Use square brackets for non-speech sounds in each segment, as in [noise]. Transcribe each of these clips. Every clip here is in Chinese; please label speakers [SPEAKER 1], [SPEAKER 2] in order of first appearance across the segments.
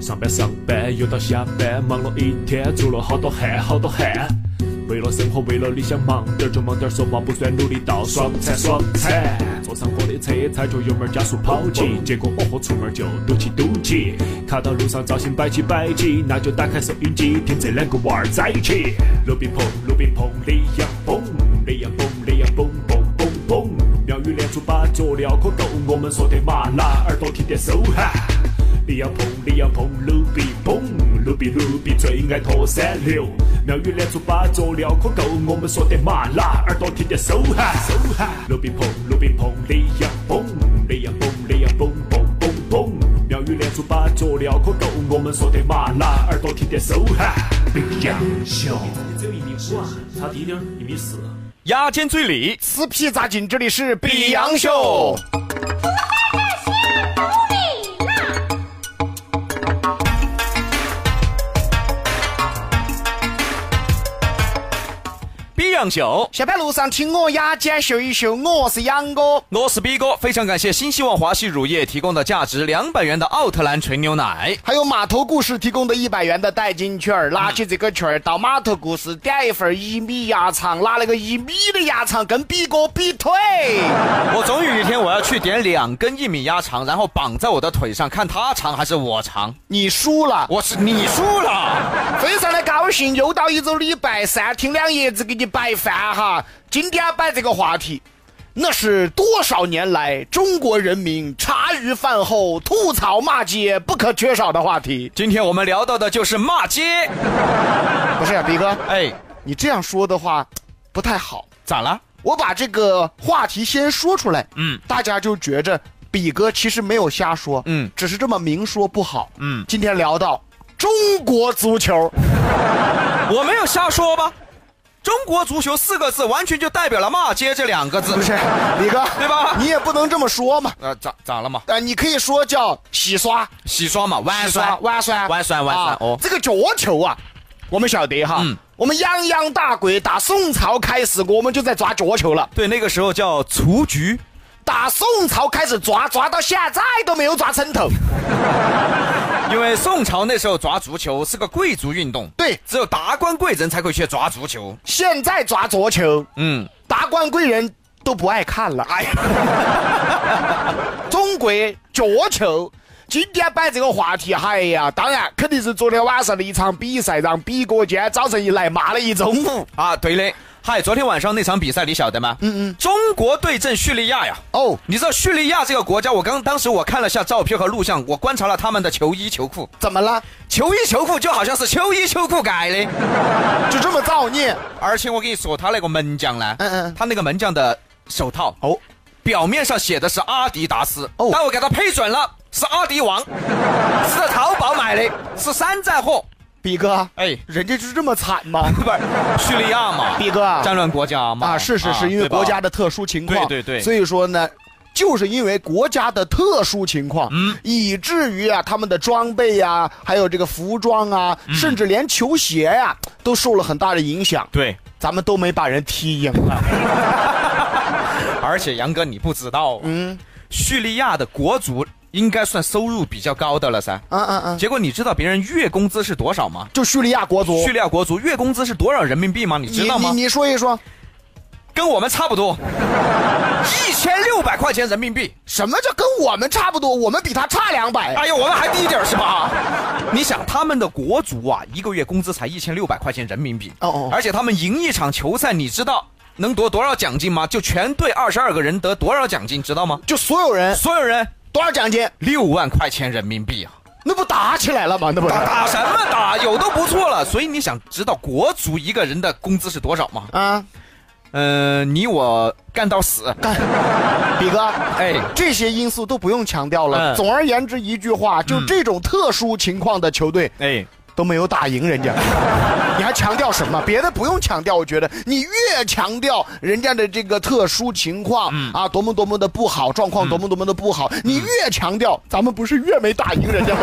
[SPEAKER 1] 上班上班，又到下班，忙了一天，出了好多汗，好多汗。为了生活，为了理想，忙点儿就忙点儿，说话不算努力到爽惨爽惨。坐上我的车，踩着油门加速跑起，结果哦豁，出门就堵起堵起。看到路上造型摆起摆起，那就打开收音机，听这两个娃儿在一起。路边碰，路边碰，李阳蹦，李阳蹦，李阳蹦蹦蹦蹦。妙语连珠把脚镣可够，我们说的麻辣，耳朵听得收哈。李阳碰，李阳碰，路边碰，路边路边最爱拖三六。妙语连珠把脚镣可够，我们说的麻辣，耳朵听得收哈收哈。路边碰，路边碰，李阳蹦，李阳蹦，李阳蹦蹦蹦蹦。妙语连珠把脚镣可够，我们说的麻辣，耳朵听得收哈。李阳秀，你只有一米五啊，差低点儿一米四。
[SPEAKER 2] 牙尖嘴利，
[SPEAKER 3] 死皮扎筋，这里是
[SPEAKER 2] 比
[SPEAKER 3] 比
[SPEAKER 2] 洋
[SPEAKER 3] 洋
[SPEAKER 2] 秀
[SPEAKER 3] 秀。
[SPEAKER 2] 比洋秀。
[SPEAKER 3] 下班路上听我牙尖秀一秀，我是杨哥。
[SPEAKER 2] 我是 B 哥，非常感谢新希望华西乳业提供的价值两百元的奥特兰纯牛奶。
[SPEAKER 3] 还有码头故事提供的一百元的代金券儿，拿起这个券儿到码头故事点一份一米鸭肠，拿那个一米的鸭肠跟比哥比腿。
[SPEAKER 2] 我终于有一天我要去点两根一米鸭肠，然后绑在我的腿上，看他长还是我长。
[SPEAKER 3] 你输了，
[SPEAKER 2] 我是你输了，
[SPEAKER 3] 非常的高兴，又到一周礼拜三，听两爷子给你摆饭哈。今天摆这个话题，那是多少年来中国人民茶余饭后吐槽骂街不可缺少的话题。
[SPEAKER 2] 今天我们聊到的就是骂街。
[SPEAKER 3] 不是、啊，比哥，
[SPEAKER 2] 哎，
[SPEAKER 3] 你这样说的话不太好。
[SPEAKER 2] 咋了？
[SPEAKER 3] 我把这个话题先说出来，
[SPEAKER 2] 嗯，
[SPEAKER 3] 大家就觉着比哥其实没有瞎说，
[SPEAKER 2] 嗯
[SPEAKER 3] 只是这么明说不好，
[SPEAKER 2] 嗯
[SPEAKER 3] 今天聊到中国足球，
[SPEAKER 2] [laughs] 我没有瞎说吧？中国足球四个字完全就代表了骂街这两个字
[SPEAKER 3] 不。是，李哥，
[SPEAKER 2] [laughs] 对吧
[SPEAKER 3] 你也不能这么说嘛，
[SPEAKER 2] 呃，咋咋了嘛？
[SPEAKER 3] 呃，你可以说叫洗刷、
[SPEAKER 2] 洗刷嘛，弯刷，
[SPEAKER 3] 弯酸、
[SPEAKER 2] 弯酸，弯酸
[SPEAKER 3] 啊。
[SPEAKER 2] 哦，
[SPEAKER 3] 这个角球啊，我们晓得哈，
[SPEAKER 2] 嗯
[SPEAKER 3] 我们泱泱大国打宋朝开始，我们就在抓角球了，
[SPEAKER 2] 对，那个时候叫雏菊。
[SPEAKER 3] 打宋朝开始抓，抓到现在都没有抓成头。
[SPEAKER 2] 因为宋朝那时候抓足球是个贵族运动，
[SPEAKER 3] 对
[SPEAKER 2] 只有达官贵人才会去抓足球。
[SPEAKER 3] 现在抓桌球，
[SPEAKER 2] 嗯，
[SPEAKER 3] 达官贵人都不爱看了。哎呀， [laughs] 中国桌球。今天摆这个话题，哎呀，当然肯定是昨天晚上的一场比赛，让比哥今天早晨一来骂了一中午。
[SPEAKER 2] 啊，对嘞，嗨，昨天晚上那场比赛你晓得吗？嗯嗯，中国对阵叙利亚呀。
[SPEAKER 3] 哦，
[SPEAKER 2] 你知道叙利亚这个国家，我刚当时我看了下照片和录像，我观察了他们的球衣球裤，
[SPEAKER 3] 怎么了？
[SPEAKER 2] 球衣球裤就好像是秋衣秋裤改的，
[SPEAKER 3] 就这么造孽？
[SPEAKER 2] 而且我跟你说，他那个门将呢，
[SPEAKER 3] 嗯嗯
[SPEAKER 2] 他那个门将的手套
[SPEAKER 3] 哦，
[SPEAKER 2] 表面上写的是阿迪达斯，
[SPEAKER 3] 哦
[SPEAKER 2] 但我给他配准了是阿迪王，是在淘宝买的，是山寨货。
[SPEAKER 3] 比哥，
[SPEAKER 2] 哎，
[SPEAKER 3] 人家就这么惨吗？
[SPEAKER 2] 不是叙利亚嘛，
[SPEAKER 3] 比哥啊
[SPEAKER 2] 战乱国家嘛，
[SPEAKER 3] 啊，是是是，因为
[SPEAKER 2] 对吧
[SPEAKER 3] 国家的特殊情况，
[SPEAKER 2] 对对对
[SPEAKER 3] 所以说呢。就是因为国家的特殊情况，嗯，以至于啊，他们的装备呀、还有这个服装啊，
[SPEAKER 2] 嗯
[SPEAKER 3] 甚至连球鞋呀、都受了很大的影响。
[SPEAKER 2] 对，
[SPEAKER 3] 咱们都没把人踢赢
[SPEAKER 2] [laughs]
[SPEAKER 3] 啊！
[SPEAKER 2] 而且杨哥你不知道，嗯，叙利亚的国足应该算收入比较高的了噻。
[SPEAKER 3] 嗯嗯嗯，
[SPEAKER 2] 结果你知道别人月工资是多少吗？
[SPEAKER 3] 就叙利亚国足
[SPEAKER 2] 叙，利亚国足月工资是多少人民币吗？你
[SPEAKER 3] 你
[SPEAKER 2] 知道吗？
[SPEAKER 3] 你你说一说，
[SPEAKER 2] 跟我们差不多，一千六百块钱人民币。
[SPEAKER 3] 什么叫跟我们差不多？我们比他差两百。
[SPEAKER 2] 哎呀，我们还低一点儿是吧？你想他们的国足啊，一个月工资才一千六百块钱人民币，
[SPEAKER 3] 哦哦
[SPEAKER 2] 而且他们赢一场球赛，你知道能得多少奖金吗？就全队二十二个人得多少奖金，知道吗？
[SPEAKER 3] 就所有人
[SPEAKER 2] 所有人
[SPEAKER 3] 多少奖金？
[SPEAKER 2] 六万块钱人民币啊！
[SPEAKER 3] 那不打起来了吗？那不是？
[SPEAKER 2] 打什么打？有都不错了。所以你想知道国足一个人的工资是多少吗？
[SPEAKER 3] 啊，
[SPEAKER 2] 嗯、你我干到死。
[SPEAKER 3] 比哥，
[SPEAKER 2] 哎，
[SPEAKER 3] 这些因素都不用强调了。
[SPEAKER 2] 嗯
[SPEAKER 3] 总而言之，一句话，就这种特殊情况的球队、
[SPEAKER 2] 哎，
[SPEAKER 3] 都没有打赢人家，你还强调什么？别的不用强调，我觉得你越强调人家的这个特殊情况、啊，多么多么的不好，状况多么多么的不好，你越强调，咱们不是越没打赢人家吗？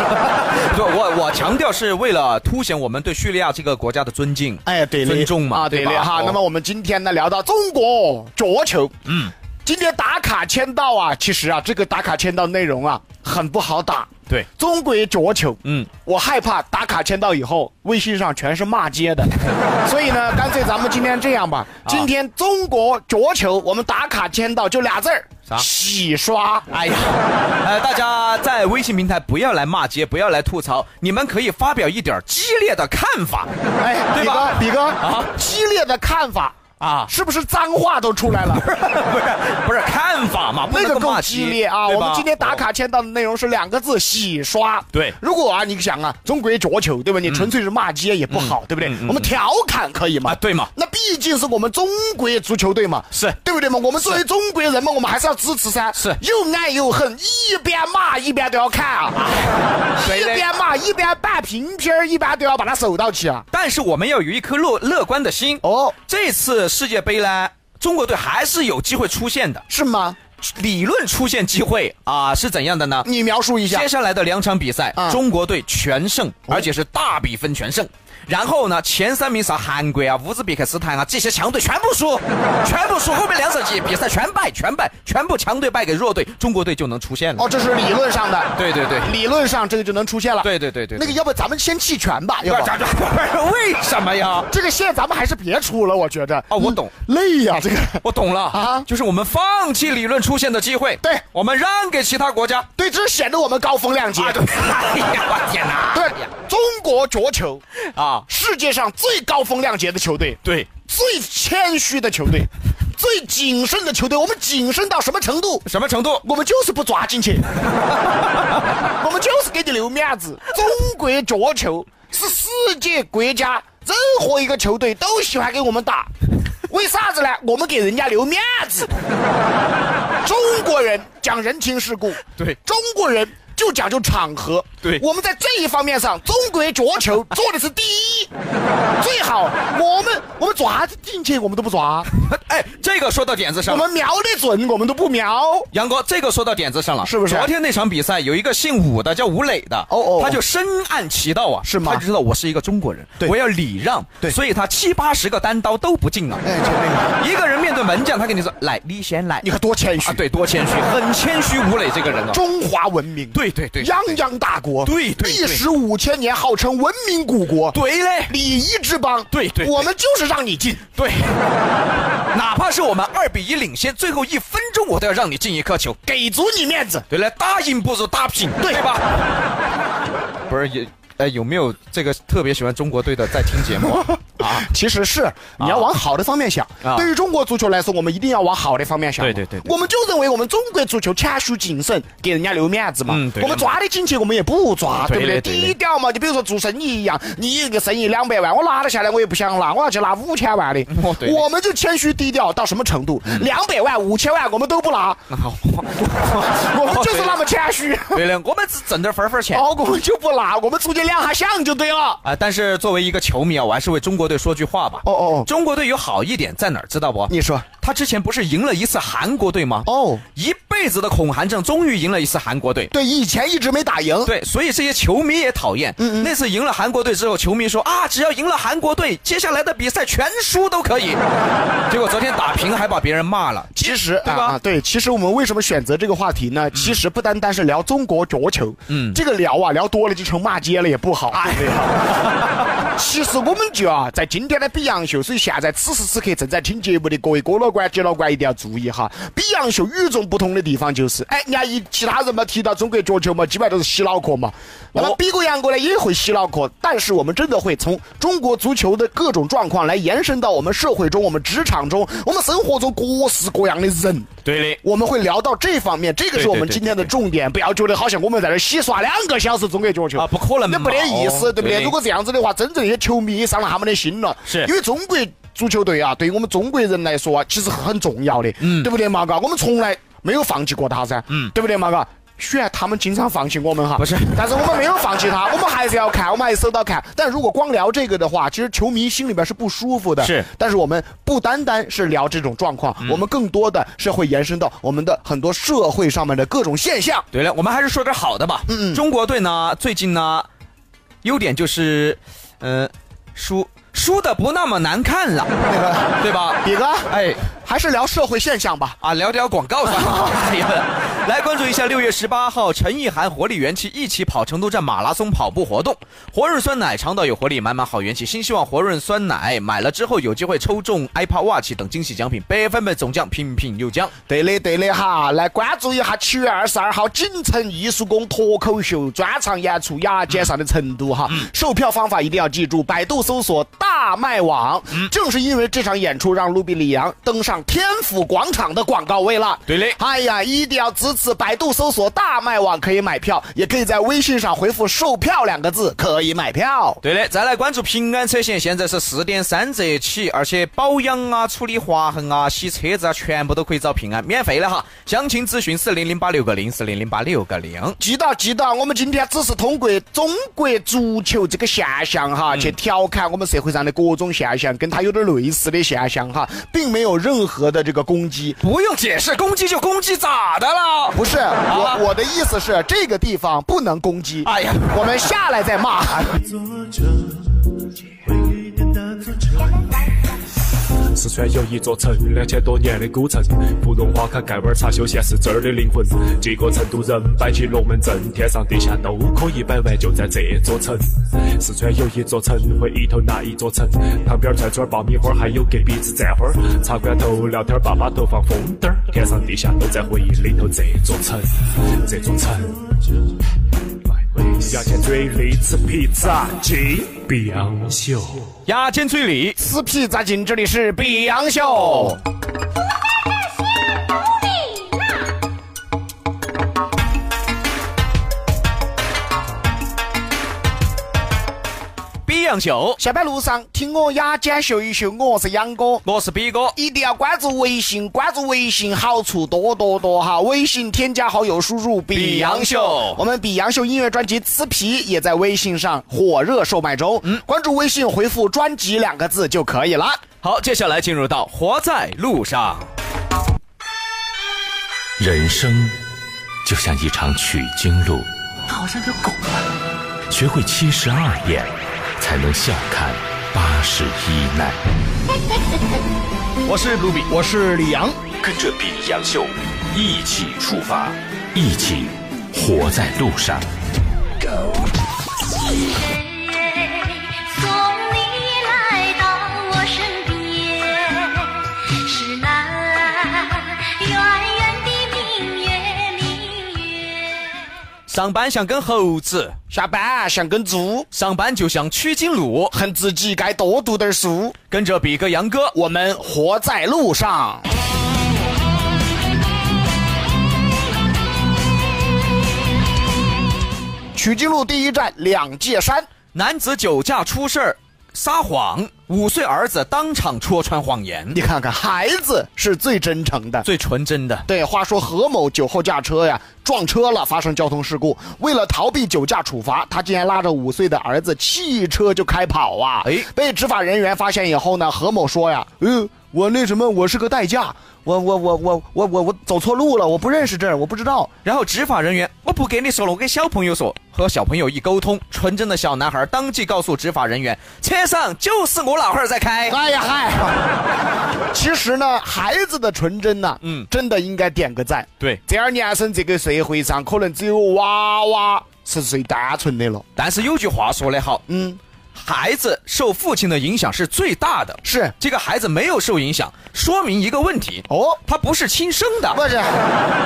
[SPEAKER 2] 不，我我强调是为了凸显我们对叙利亚这个国家的尊敬。
[SPEAKER 3] 哎，对嘞
[SPEAKER 2] 尊重嘛，
[SPEAKER 3] 啊，对
[SPEAKER 2] 吧？
[SPEAKER 3] 了哈。
[SPEAKER 2] 哦
[SPEAKER 3] 那么我们今天呢，聊到中国桌球，嗯，今天打卡签到啊，其实啊，这个打卡签到内容啊，很不好打。
[SPEAKER 2] 对
[SPEAKER 3] 中国脚球，
[SPEAKER 2] 嗯
[SPEAKER 3] 嗯，我害怕打卡签到以后，微信上全是骂
[SPEAKER 2] [laughs]
[SPEAKER 3] 街的，所以呢，干脆咱们今天这样吧，
[SPEAKER 2] 啊
[SPEAKER 3] 今天中国脚球我们打卡签到就俩字儿，
[SPEAKER 2] 啥
[SPEAKER 3] 洗刷。
[SPEAKER 2] 哎呀，呃，大家在微信平台不要来骂街，不要来吐槽，你们可以发表一点激烈的看法。 [laughs]
[SPEAKER 3] 哎，
[SPEAKER 2] 对
[SPEAKER 3] 比
[SPEAKER 2] 吧
[SPEAKER 3] 哥，比哥
[SPEAKER 2] 啊
[SPEAKER 3] 啊，激烈的看法
[SPEAKER 2] 啊
[SPEAKER 3] 啊，是不是脏话都
[SPEAKER 2] [laughs]
[SPEAKER 3] 出来了？
[SPEAKER 2] 不是不是看法嘛，不
[SPEAKER 3] 那
[SPEAKER 2] 能
[SPEAKER 3] 个
[SPEAKER 2] 够
[SPEAKER 3] 够
[SPEAKER 2] 骂
[SPEAKER 3] 激
[SPEAKER 2] 街
[SPEAKER 3] 烈啊！
[SPEAKER 2] 对
[SPEAKER 3] 我
[SPEAKER 2] 吧哦
[SPEAKER 3] 们今天打卡签到的内容是两个字：洗刷。
[SPEAKER 2] 对
[SPEAKER 3] 如果啊，你想啊，中国脚球对吧？你纯粹是骂街也不好，对不对
[SPEAKER 2] 嗯嗯？
[SPEAKER 3] 我们调侃可以
[SPEAKER 2] 啊
[SPEAKER 3] 吗？
[SPEAKER 2] 对嘛
[SPEAKER 3] 那毕竟是我们中国足球队嘛，
[SPEAKER 2] 是
[SPEAKER 3] 对不对嘛？我们作为中国人嘛，我们还是要支持噻。
[SPEAKER 2] 是
[SPEAKER 3] 又爱又恨，一边骂一边都要看啊，
[SPEAKER 2] 谁
[SPEAKER 3] 一
[SPEAKER 2] 嘞
[SPEAKER 3] 边骂一边办评片儿，一边都要把它守到起啊。
[SPEAKER 2] 但是我们要有一颗乐乐观的心。
[SPEAKER 3] 哦，
[SPEAKER 2] 这次世界杯呢，中国队还是有机会出现的，
[SPEAKER 3] 是吗？
[SPEAKER 2] 理论出现机会啊是怎样的呢？
[SPEAKER 3] 你描述一下哦
[SPEAKER 2] 接。下来的两场比赛，
[SPEAKER 3] 嗯
[SPEAKER 2] 中国队全胜，而且是大比分全胜。然后呢，前三名啥韩国啊、乌兹别克斯坦啊这些强队全部
[SPEAKER 3] [laughs]
[SPEAKER 2] 输，全部输，后面两场比比赛全败，全败，全部强队败给弱队，中国队就能出现了。
[SPEAKER 3] 哦，这是理论上的。
[SPEAKER 2] 对对对
[SPEAKER 3] 理论上这个就能出现了。
[SPEAKER 2] 对对对对对
[SPEAKER 3] 那个，要不咱们先弃权吧？要
[SPEAKER 2] 不
[SPEAKER 3] 不
[SPEAKER 2] 是。咋咋不是为什么呀？
[SPEAKER 3] [laughs] 这个线咱们还是别出了，我觉着。
[SPEAKER 2] 哦我懂
[SPEAKER 3] 嗯，累呀、这个。
[SPEAKER 2] 我懂了啊
[SPEAKER 3] 啊，
[SPEAKER 2] 就是我们放弃理论出现的机会，
[SPEAKER 3] 对
[SPEAKER 2] 我们让给其他国家。
[SPEAKER 3] 对，这显得我们高风亮节。
[SPEAKER 2] 啊，对， [laughs] 哎呀，我天哪！
[SPEAKER 3] 对中国足球，
[SPEAKER 2] 啊，
[SPEAKER 3] 世界上最高风亮节的球队，
[SPEAKER 2] 对，
[SPEAKER 3] 最谦虚的球队，最谨慎的球队。我们谨慎到什么程度？
[SPEAKER 2] 什么程度？ [laughs]
[SPEAKER 3] 我们就是不抓进去， [laughs] 我们就是给你留面子。中国足球是世界国家任何一个球队都喜欢给我们打，为啥子呢？我们给人家留面子。中国人讲人情世故，
[SPEAKER 2] 对
[SPEAKER 3] 中国人就讲究场合，
[SPEAKER 2] 对
[SPEAKER 3] 我们在这一方面上，中国足球做的是第一，最好。我们我们抓进去我们都不
[SPEAKER 2] [laughs]
[SPEAKER 3] 抓，
[SPEAKER 2] 哎，这个说到点子
[SPEAKER 3] 我
[SPEAKER 2] 上了。
[SPEAKER 3] 们瞄得准我们都不瞄。
[SPEAKER 2] 杨哥，这个说到点子上了，
[SPEAKER 3] 是不是
[SPEAKER 2] 昨天那场比赛有一个姓武的叫吴磊的，
[SPEAKER 3] 哦哦哦
[SPEAKER 2] 他就深谙其道啊，
[SPEAKER 3] 是吗
[SPEAKER 2] 他就知道我是一个中国人，
[SPEAKER 3] 对
[SPEAKER 2] 我要礼让，
[SPEAKER 3] 对
[SPEAKER 2] 所以他七八十个单刀都不进啊。
[SPEAKER 3] 哎，就那个。
[SPEAKER 2] 一个人面对门将，他跟你说来，你先来
[SPEAKER 3] 你看多谦虚
[SPEAKER 2] 啊，对，多谦虚，很谦虚。吴磊这个人啊，
[SPEAKER 3] 中华文明，
[SPEAKER 2] 对对对，
[SPEAKER 3] 泱泱大国，
[SPEAKER 2] 对对对
[SPEAKER 3] 历史五千年，号称文明古国，
[SPEAKER 2] 对嘞。
[SPEAKER 3] 礼仪之邦，
[SPEAKER 2] 对对对
[SPEAKER 3] 我们就是让你进，
[SPEAKER 2] 对， [laughs] 哪怕是我们二比一领先，最后一分钟我都要让你进一颗球。
[SPEAKER 3] 给足你面子。
[SPEAKER 2] 对了，大赢不如大平，对
[SPEAKER 3] 对
[SPEAKER 2] 吧？ [laughs] 不是也，呃，有没有这个特别喜欢中国队的在听节目啊啊？
[SPEAKER 3] 其实是你要往好的方面想
[SPEAKER 2] 啊，
[SPEAKER 3] 对于中国足球来说，我们一定要往好的方面想嘛。
[SPEAKER 2] 对对对对
[SPEAKER 3] 我们就认为我们中国足球谦虚谨慎，给人家留面子嘛
[SPEAKER 2] 嗯对。嗯
[SPEAKER 3] 我们抓得进去，我们也不抓，
[SPEAKER 2] 对
[SPEAKER 3] 对不对？
[SPEAKER 2] 嘞对嘞
[SPEAKER 3] 低调嘛。你比如说做生意一样，你一个生意两百万，我拿得下来，我也不想拿，我要去拿五千万的
[SPEAKER 2] [laughs] 哦对。嘞嗯
[SPEAKER 3] 我们就谦虚低调到什么程度？两百万、五千万我们都不
[SPEAKER 2] [laughs] 哦
[SPEAKER 3] 拿，我们就是那么谦虚。
[SPEAKER 2] [laughs] 对了，我们只挣点分分钱。
[SPEAKER 3] 哦，我们就不拿，我们出去亮下相就对了。
[SPEAKER 2] 啊！但是作为一个球迷啊，我还是为中国队说句话吧。
[SPEAKER 3] 哦哦哦
[SPEAKER 2] 中国队有好一点在哪儿，知道不？
[SPEAKER 3] 你说
[SPEAKER 2] 他之前不是赢了一次韩国队吗？
[SPEAKER 3] 哦，
[SPEAKER 2] 一辈子的恐韩症，终于赢了一次韩国队。
[SPEAKER 3] 对，以前一直没打赢，
[SPEAKER 2] [laughs] 对，所以这些球迷也讨厌。那次赢了韩国队之后，球迷说啊，只要赢了韩国队，接下来的比赛全输都可以。结果昨天打平还把别人骂了。
[SPEAKER 3] 其实
[SPEAKER 2] 对吧嗯
[SPEAKER 3] 啊啊，对，其实我们为什么选择这个话题呢？其实不单单是聊中国足球，嗯，这个聊啊聊多了就成骂街了，也不好，
[SPEAKER 2] 哎
[SPEAKER 3] 对不对？ [laughs] 其实我们就啊，在今天的比洋秀，所以现在此时此刻正在听节目的各位哥老倌、姐老倌一定要注意哈。比洋秀与众不同的地方就是，哎，人家一其他人嘛提到中国足球嘛，基本上都是洗脑壳嘛。
[SPEAKER 2] 哦
[SPEAKER 3] 那么比过洋过呢也会洗脑壳，但是我们真的会从中国足球的各种状况来延伸到我们社会中、我们职场中、我们生活中各式各样的人。
[SPEAKER 2] 对嘞，
[SPEAKER 3] 我们会聊到这方面，这个是我们今天的重点。不要觉得好像我们在这儿洗刷两个小时中国足球
[SPEAKER 2] 啊不可能嘛
[SPEAKER 3] 那没得意
[SPEAKER 2] 哦
[SPEAKER 3] 思，对不
[SPEAKER 2] 对
[SPEAKER 3] 对？
[SPEAKER 2] 的
[SPEAKER 3] 如果这样子的话，真正一些球迷也伤了他们的心了。
[SPEAKER 2] 是
[SPEAKER 3] 因为中国足球队啊，对于我们中国人来说啊，其实很重要的，嗯，对不对嘛？嘎，我们从来没有放弃过他噻，嗯，对不对嘛？嘎。虽然他们经常放弃我们哈，
[SPEAKER 2] 不是
[SPEAKER 3] 但是我们没有放弃他，我们还是要看，我们还是收到看。但如果光聊这个的话，其实球迷心里边是不舒服的。
[SPEAKER 2] 是
[SPEAKER 3] 但是我们不单单是聊这种状况，我们更多的是会延伸到我们的很多社会上面的各种现象。
[SPEAKER 2] 对了，我们还是说点好的吧。中国队呢，最近呢，优点就是，呃，输输的不那么难看了，
[SPEAKER 3] 那个
[SPEAKER 2] 对吧？
[SPEAKER 3] 比哥，
[SPEAKER 2] 哎，
[SPEAKER 3] 还是聊社会现象吧。
[SPEAKER 2] 啊，聊聊广告商。 [laughs] 哎呀，来关注一下六月十八号陈意涵活力元气一起跑成都站马拉松跑步活动，活润酸奶肠道有活力，满满好元气。新希望活润酸奶买了之后有机会抽中 iPod Watch 等惊喜奖品，百分百中奖，品品有奖。
[SPEAKER 3] 对的，对的哈，来关注一下七月二十二号锦城艺术宫脱口秀专场演出《雅间上的成都》哈，
[SPEAKER 2] 嗯
[SPEAKER 3] 售票方法一定要记住，百度搜索“大麦网”。
[SPEAKER 2] 嗯
[SPEAKER 3] 正是因为这场演出让卢比里昂登上天府广场的广告位了。
[SPEAKER 2] 对嘞
[SPEAKER 3] 哎呀，一定要支持百度搜索“大麦网”可以买票，也可以在微信上回复“售票”两个字可以买票。
[SPEAKER 2] 对的，再来关注平安车险，现在是四点三折起，而且保养啊、处理划痕啊、洗车子啊，全部都可以找平安，免费的哈。详情咨询四零零八六个零，四零零八六个零。
[SPEAKER 3] 记到记到，我们今天只是通过中国足球这个现象哈，去调侃我们社会上的各种现象，跟它有点类似的现象哈，并没有任何的这个攻击。
[SPEAKER 2] 不用解释，攻击就攻击，咋的了？
[SPEAKER 3] 不是我，我的意思是这个地方不能攻击。
[SPEAKER 2] 哎呀
[SPEAKER 3] 我们下来再骂。
[SPEAKER 1] 坐着，回忆的那座城。四川有一座城，两千多年的古城，芙蓉花开，盖碗茶修仙是这儿的灵魂。几个成都人摆起龙门阵，天上地下都可以摆完，就在这座城。四川有一座城，回忆头那一座城，旁边串串爆米花，还有隔壁子蘸花儿，茶馆头聊天，爸爸头放风灯儿，天上地下都在回忆里头这座城，这座城。牙尖嘴利吃披萨鸡，碧昂秀。
[SPEAKER 2] 牙尖嘴利，
[SPEAKER 3] 撕皮扎筋，这里是比洋秀。
[SPEAKER 2] 比洋秀，
[SPEAKER 3] 下班路上听我牙尖秀一秀，我是杨哥。
[SPEAKER 2] 我是比哥。
[SPEAKER 3] 一定要关注微信，关注微信好处多多多哈！微信添加好友，输入“比洋
[SPEAKER 2] 比洋秀
[SPEAKER 3] 我们“比洋秀”音乐专辑《撕皮》也在微信上火热售卖中。关注微信回复“专辑”两个字就可以了。
[SPEAKER 2] 好，接下来进入到活在路上。
[SPEAKER 4] 人生就像一场取经路，
[SPEAKER 5] 好像条狗啊！
[SPEAKER 4] 学会七十二变，才能笑看八十一难。
[SPEAKER 2] 我是卢比，
[SPEAKER 3] 我是李阳，
[SPEAKER 4] 跟着比洋秀一起出发，一起活在路上。
[SPEAKER 5] 送你来到我身边，是那圆圆的明月，明月。
[SPEAKER 2] 上班像跟猴子，
[SPEAKER 3] 下班想跟猪，
[SPEAKER 2] 上班就像取经路，
[SPEAKER 3] 恨自己该多读点书。
[SPEAKER 2] 跟着比哥、杨哥。
[SPEAKER 3] 我们活在路上。取经路第一站两界山。
[SPEAKER 2] 男子酒驾出事儿，撒谎，五岁儿子当场戳穿谎言，
[SPEAKER 3] 你看看，孩子是最真诚的。
[SPEAKER 2] 最纯真的。
[SPEAKER 3] 对，话说何某酒后驾车呀，撞车了，发生交通事故。为了逃避酒驾处罚，他竟然拉着五岁的儿子弃车就开跑啊！
[SPEAKER 2] 哎
[SPEAKER 3] 被执法人员发现以后呢，何某说呀：“嗯，我那什么，我是个代驾，我我我我我我我走错路了，我不认识这儿，我不知道。
[SPEAKER 2] 然后执法人员，我不跟你说了，我跟小朋友说。和小朋友一沟通，纯真的小男孩当即告诉执法人员，车上就是我老汉儿在开。
[SPEAKER 3] 哎呀嗨！ [laughs] 其实呢，孩子的纯真呢，嗯
[SPEAKER 2] 嗯，
[SPEAKER 3] 真的应该点个赞。
[SPEAKER 2] 对，
[SPEAKER 3] 这二年生这个社会上，可能只有娃娃是最单纯的了。
[SPEAKER 2] 但是有句话说得好，
[SPEAKER 3] 嗯，
[SPEAKER 2] 孩子受父亲的影响是最大的。
[SPEAKER 3] 是
[SPEAKER 2] 这个孩子没有受影响，说明一个问题，
[SPEAKER 3] 哦，
[SPEAKER 2] 他不是亲生的，
[SPEAKER 3] [laughs] 不是，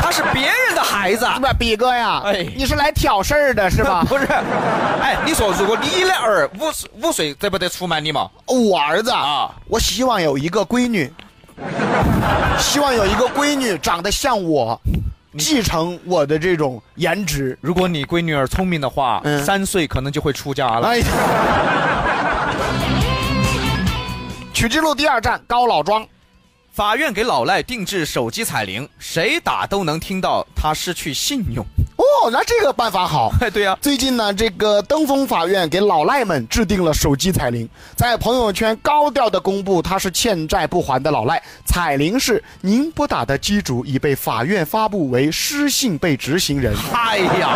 [SPEAKER 2] 他是别人的孩子。
[SPEAKER 3] 不是比哥呀，
[SPEAKER 2] 哎？
[SPEAKER 3] 你是来挑事儿的是吧
[SPEAKER 2] [laughs] 不是，哎，你说如果你的儿五岁五岁得不得出卖你嘛？
[SPEAKER 3] [laughs] 我儿子啊
[SPEAKER 2] 啊，
[SPEAKER 3] [laughs] 我希望有一个闺 [laughs] 女，希望有一个闺女长得像我，继承我的这种颜值。
[SPEAKER 2] 如果你闺女儿聪明的话，
[SPEAKER 3] 嗯
[SPEAKER 2] 三岁可能就会出家了。
[SPEAKER 3] [laughs] 哎呀，取经路第二站高老庄。
[SPEAKER 2] 法院给老赖定制手机彩铃，谁打都能听到他失去信用。 [laughs]
[SPEAKER 3] 哦，那这个办法好。
[SPEAKER 2] 哎，对呀、 [laughs]
[SPEAKER 3] 最近呢，这个登封法院给老赖们制定了手机彩铃，在朋友圈高调的公布他是欠债不还的老赖。彩铃是您拨打的机主已被法院发布为失信被执行人。
[SPEAKER 2] 哎呀，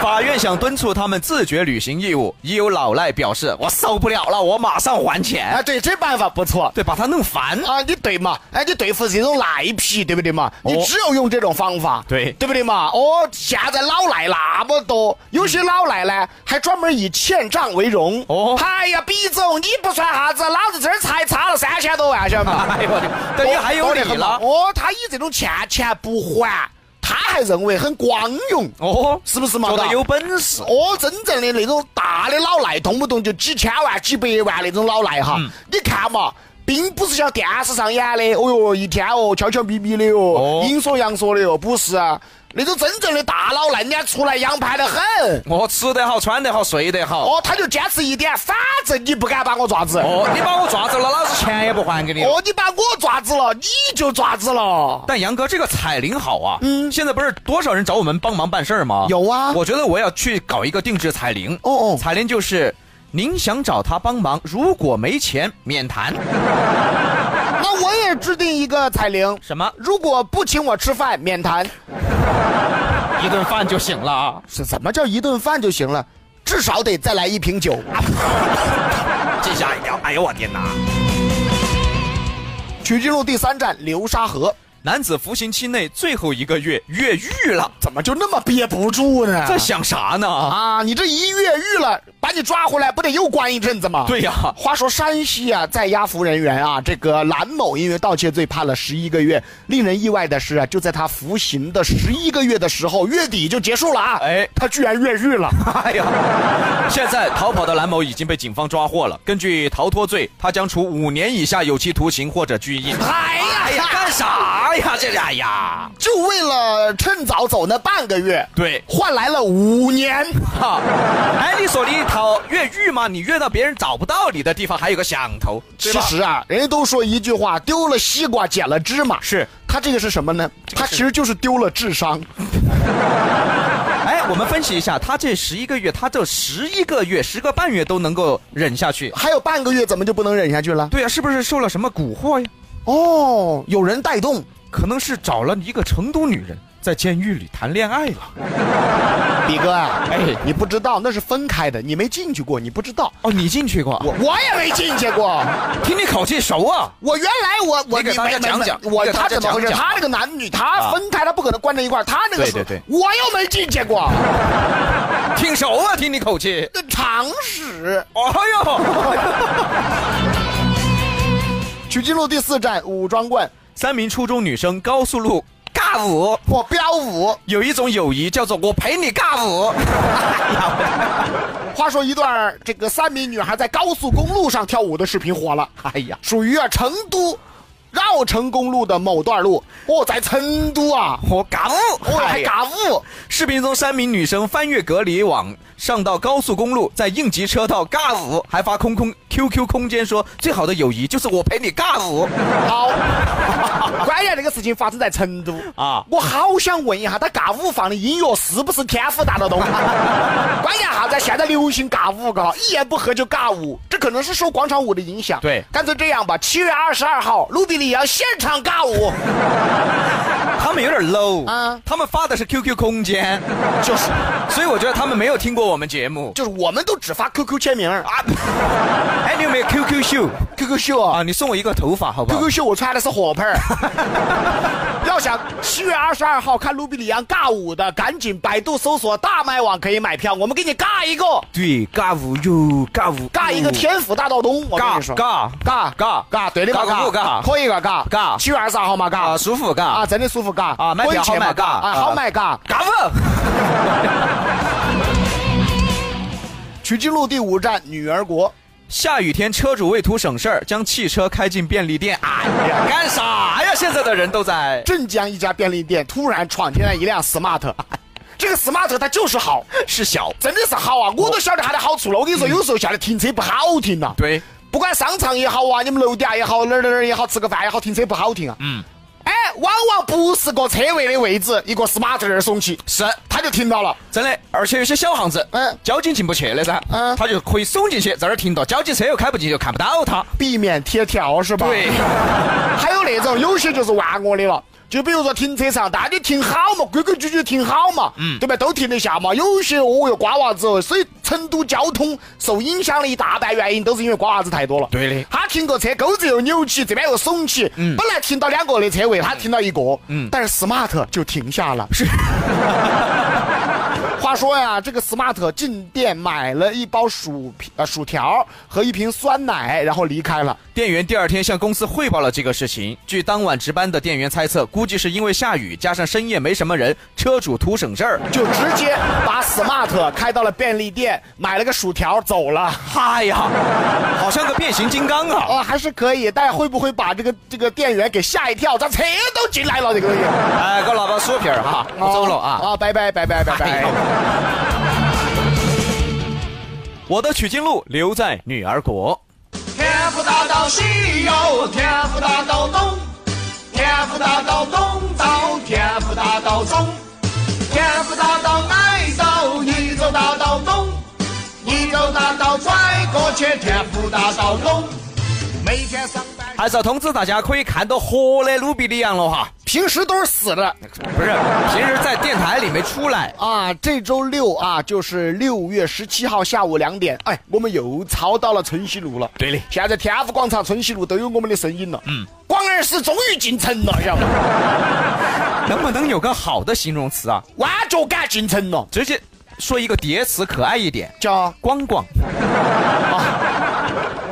[SPEAKER 2] 法院想敦促他们自觉履行义务，已有老赖表示我受不了了，我马上还钱。
[SPEAKER 3] 哎，对，这办法不错。
[SPEAKER 2] 对，把他弄烦。
[SPEAKER 3] 啊，你对嘛？哎，你对付这种赖皮，对不对嘛？你
[SPEAKER 2] 哦
[SPEAKER 3] 只有用这种方法，
[SPEAKER 2] 对
[SPEAKER 3] 对不对嘛？哦，现在老赖那么多，有些老赖呢还专门以欠账为荣。
[SPEAKER 2] 哦
[SPEAKER 3] 哎呀，毕总，你不算啥子，老子这儿才差了三千多万，晓得吗？
[SPEAKER 2] [laughs] 哎呦我去，等于还有理
[SPEAKER 3] 多得很嘛
[SPEAKER 2] 了。
[SPEAKER 3] 哦，他以这种欠钱不还，他还认为很光荣，
[SPEAKER 2] 哦，
[SPEAKER 3] 是不是嘛？
[SPEAKER 2] 做的
[SPEAKER 3] 嘎
[SPEAKER 2] 有本事。
[SPEAKER 3] 哦，真正的那种大的老赖，动不动就几千万、几百万那种老赖哈，你看嘛。并不是像电视上演的，哦哟，一天哦，悄悄咪咪的哦
[SPEAKER 2] 哦，
[SPEAKER 3] 阴说阳说的哦，不是啊，那种真正的大老赖，人家出来洋派的很。
[SPEAKER 2] 我吃得好，穿得好，睡得好。
[SPEAKER 3] 哦，他就坚持一点，反正你不敢把我爪子，哦，
[SPEAKER 2] 哦，你把我抓走了，老子钱也不还给你了。
[SPEAKER 3] 你把我爪子了，你就爪子了。
[SPEAKER 2] 但杨哥这个彩铃好啊，嗯，现在不是多少人找我们帮忙办事儿吗？
[SPEAKER 3] 有啊
[SPEAKER 2] 我觉得我要去搞一个定制彩铃。
[SPEAKER 3] 哦哦
[SPEAKER 2] 彩铃就是您想找他帮忙，如果没钱免谈。
[SPEAKER 3] 那我也制定一个彩铃，
[SPEAKER 2] 什么
[SPEAKER 3] 如果不请我吃饭，免谈。
[SPEAKER 2] 一顿饭就行了啊？
[SPEAKER 3] 是怎么叫一顿饭就行了？至少得再来一瓶酒。
[SPEAKER 2] 这下一跳，哎呦我天哪！
[SPEAKER 3] 曲靖路第三站流沙河，
[SPEAKER 2] 男子服刑期内最后一个月越狱了，
[SPEAKER 3] 怎么就那么憋不住呢？
[SPEAKER 2] 在想啥呢？
[SPEAKER 3] 啊，你这一越狱了，把你抓回来，不得又关一阵子吗？
[SPEAKER 2] 对呀
[SPEAKER 3] 话说山西啊，在押服人员啊，这个蓝某因为盗窃罪判了十一个月。令人意外的是啊，就在他服刑的十一个月的时候，月底就结束了啊，
[SPEAKER 2] 哎
[SPEAKER 3] 他居然越
[SPEAKER 2] [laughs]
[SPEAKER 3] 狱了。
[SPEAKER 2] 哎呀，现在逃跑的蓝某已经被警方抓获了。根据逃脱罪，他将处五年以下有期徒刑或者拘役。
[SPEAKER 3] 哎呀
[SPEAKER 2] 哎呀，干啥呀？这是哎呀，
[SPEAKER 3] 就为了趁早走那半个月，
[SPEAKER 2] 对
[SPEAKER 3] 换来了五年。
[SPEAKER 2] 哈，哎，你说你逃越狱嘛？你越到别人找不到你的地方，还有个响头，
[SPEAKER 3] 其
[SPEAKER 2] 对吧？
[SPEAKER 3] 实啊，人家都说一句话，丢了西瓜捡了芝麻。
[SPEAKER 2] 是
[SPEAKER 3] 他这个是什么呢？他其实就是丢了智商。
[SPEAKER 2] 哎，我们分析一下，他这十一个月，他这十一个月、十个半月都能够忍下去。
[SPEAKER 3] 还有半个月，怎么就不能忍下去了？
[SPEAKER 2] 对呀、是不是受了什么蛊惑呀？
[SPEAKER 3] 哦，有人带动，
[SPEAKER 2] 可能是找了一个成都女人，在监狱里谈恋爱了。
[SPEAKER 3] 比哥啊，
[SPEAKER 2] 哎
[SPEAKER 3] 你不知道那是分开的，你没进去过，你不知道。
[SPEAKER 2] 哦，你进去过？
[SPEAKER 3] 我我也没进去过，
[SPEAKER 2] 听你口气熟啊。
[SPEAKER 3] 我原来我我
[SPEAKER 2] 你给大家
[SPEAKER 3] 没没
[SPEAKER 2] 讲讲
[SPEAKER 3] 没我
[SPEAKER 2] 你给
[SPEAKER 3] 他
[SPEAKER 2] 大家
[SPEAKER 3] 怎么回事？
[SPEAKER 2] 讲讲
[SPEAKER 3] 他那个男女，他
[SPEAKER 2] 啊
[SPEAKER 3] 分开，他不可能关在一块儿他那个
[SPEAKER 2] 对
[SPEAKER 3] 是
[SPEAKER 2] 对对
[SPEAKER 3] 我又没进去过，
[SPEAKER 2] 挺熟啊，听你口气。
[SPEAKER 3] 那常识。
[SPEAKER 2] 哦哟，
[SPEAKER 3] 曲靖路第四站武装观，
[SPEAKER 2] 三名初中女生高速路尬舞，
[SPEAKER 3] 我标舞。
[SPEAKER 2] 有一种友谊叫做“我陪你尬舞
[SPEAKER 3] 话说一段儿这个三名女孩在高速公路上跳舞的视频火了，”。
[SPEAKER 2] 哎呀，
[SPEAKER 3] 属于啊成都绕城公路的某段路。哦，在成都啊，
[SPEAKER 2] 我尬舞，
[SPEAKER 3] 哦
[SPEAKER 2] 哎
[SPEAKER 3] 还
[SPEAKER 2] 呀。
[SPEAKER 3] 嘎舞，
[SPEAKER 2] 视频中，三名女生翻越隔离网，上到高速公路，在应急车道尬舞，还发空空 QQ 空间说：“最好的友谊就是我陪你尬舞。 [laughs]
[SPEAKER 3] 好。 [laughs] 关键这个事情发生在成都啊
[SPEAKER 2] 啊，
[SPEAKER 3] 我好想问一下，他尬舞放的音乐是不是天府大
[SPEAKER 2] [laughs]
[SPEAKER 3] 道东？关键啥子？现在流行尬舞，嘎，一言不合就尬舞，这可能是受广场舞的影响。
[SPEAKER 2] 对
[SPEAKER 3] 干脆这样吧，七月二十二号，卢比里昂现场
[SPEAKER 2] [laughs]
[SPEAKER 3] 尬舞。”
[SPEAKER 2] 他们有点 low
[SPEAKER 3] 啊
[SPEAKER 2] 啊，他们发的是 QQ 空间，
[SPEAKER 3] 就是
[SPEAKER 2] 所以我觉得他们没有听过我们节目
[SPEAKER 3] 就是，我们都只发 QQ 签名
[SPEAKER 2] 啊。哎，你有没有 QQ 秀
[SPEAKER 3] ，QQ 秀啊
[SPEAKER 2] 啊？你送我一个头发好不好？
[SPEAKER 3] QQ 秀我穿的是火盆儿。 [laughs] 要想七月二十二号看卢比里昂尬舞的，赶紧百度搜索大麦网可以买票，我们给你尬一个，
[SPEAKER 2] 对，尬舞哟，尬舞，
[SPEAKER 3] 尬一个天府大道东，我跟
[SPEAKER 2] 尬
[SPEAKER 3] 你说，
[SPEAKER 2] 嗯尬
[SPEAKER 3] 尬
[SPEAKER 2] 尬
[SPEAKER 3] 尬，对的嘛，
[SPEAKER 2] 尬个舞尬
[SPEAKER 3] 可以个尬
[SPEAKER 2] 尬
[SPEAKER 3] 七月二十二号嘛
[SPEAKER 2] 啊，
[SPEAKER 3] 尬
[SPEAKER 2] 舒服尬
[SPEAKER 3] 啊，真的舒服尬
[SPEAKER 2] 啊买票好买
[SPEAKER 3] 滚钱嘛
[SPEAKER 2] 尬
[SPEAKER 3] 啊，
[SPEAKER 2] 啊
[SPEAKER 3] 好买尬。
[SPEAKER 2] 尬舞，
[SPEAKER 3] 曲靖路第五站女儿国，
[SPEAKER 2] 下雨天车主为图省事儿，将汽车开进便利店，哎呀，干啥呀？现在的人都在，
[SPEAKER 3] 镇江一家便利店突然闯进来一辆 smart，这 [laughs] 个 smart 它就是好。
[SPEAKER 2] 是小，嗯
[SPEAKER 3] 真的是好啊！我都晓得它的好处了。我跟你说，有时候下来停车不好停呐、
[SPEAKER 2] 对，
[SPEAKER 3] 啊不管商场也好啊，你们楼底下也好，哪儿哪儿哪儿也好，吃个饭也好，停车不好停啊。嗯。哎，往往不是个车位的位置，一个司马在那儿耸起，
[SPEAKER 2] 是
[SPEAKER 3] 他就停到了。
[SPEAKER 2] 真的，而且有些小巷子，
[SPEAKER 3] 嗯
[SPEAKER 2] 嗯，交警进不去的噻，
[SPEAKER 3] 嗯
[SPEAKER 2] 嗯，他就可以耸进去，在那儿停到，交警车又开不进，就看不到他。
[SPEAKER 3] 避免贴条是吧？
[SPEAKER 2] 对，
[SPEAKER 3] [laughs] 还有那种有些就是玩我的了。就比如说停车场，大家停好嘛，规规矩矩停好嘛，嗯，对吧？都停得下嘛。有些哦哟，瓜娃子哦，所以成都交通受影响的一大半原因都是因为瓜娃子太多了。
[SPEAKER 2] 对的
[SPEAKER 3] 他停个车钩子又扭起，这边又耸起，嗯，本来停到两个的车位，他停到一个，嗯，但是 smart 就停下了。是。 [laughs] 话说呀，这个 smart 进店买了一包薯片、呃、薯条和一瓶酸奶，然后离开了。
[SPEAKER 2] 店员第二天向公司汇报了这个事情。据当晚值班的店员猜测，估计是因为下雨，加上深夜没什么人，车主图省事儿。
[SPEAKER 3] 就直接把 smart 开到了便利店，买了个薯条走了。
[SPEAKER 2] 嗨呀，好像个变形金刚啊！ [laughs]
[SPEAKER 3] 哦，还是可以，但会不会把这个这个店员给吓一跳？咋车都进来了？这个东西，
[SPEAKER 2] 哎，给我拿包薯片儿哈，我走了啊。
[SPEAKER 3] 啊，拜拜拜拜拜
[SPEAKER 2] 哎
[SPEAKER 3] 拜
[SPEAKER 2] 呦。我的取经路留在女儿国。
[SPEAKER 6] 天府大道西哟，天府大道东，天府大道东到天府大道中，天府大道南走，一走大道东，一走大道转过去，天府大道东，每天上班。
[SPEAKER 2] 还是要通知大家，可以看到活的卢比里昂了哈。
[SPEAKER 3] 平时都是死的
[SPEAKER 2] 不是，平时在电台里没出来。
[SPEAKER 3] 啊！这周六啊，就是六月十七号下午两点，哎，我们又抄到了春熙路了。
[SPEAKER 2] 对的
[SPEAKER 3] 现在天府广场、春熙路都有我们的身影了。嗯，广二市终于进城了，晓得吗？
[SPEAKER 2] 能不能有个好的形容词啊？
[SPEAKER 3] 弯脚杆进城了，
[SPEAKER 2] 直接说一个叠词，可爱一点。
[SPEAKER 3] 叫
[SPEAKER 2] 光光，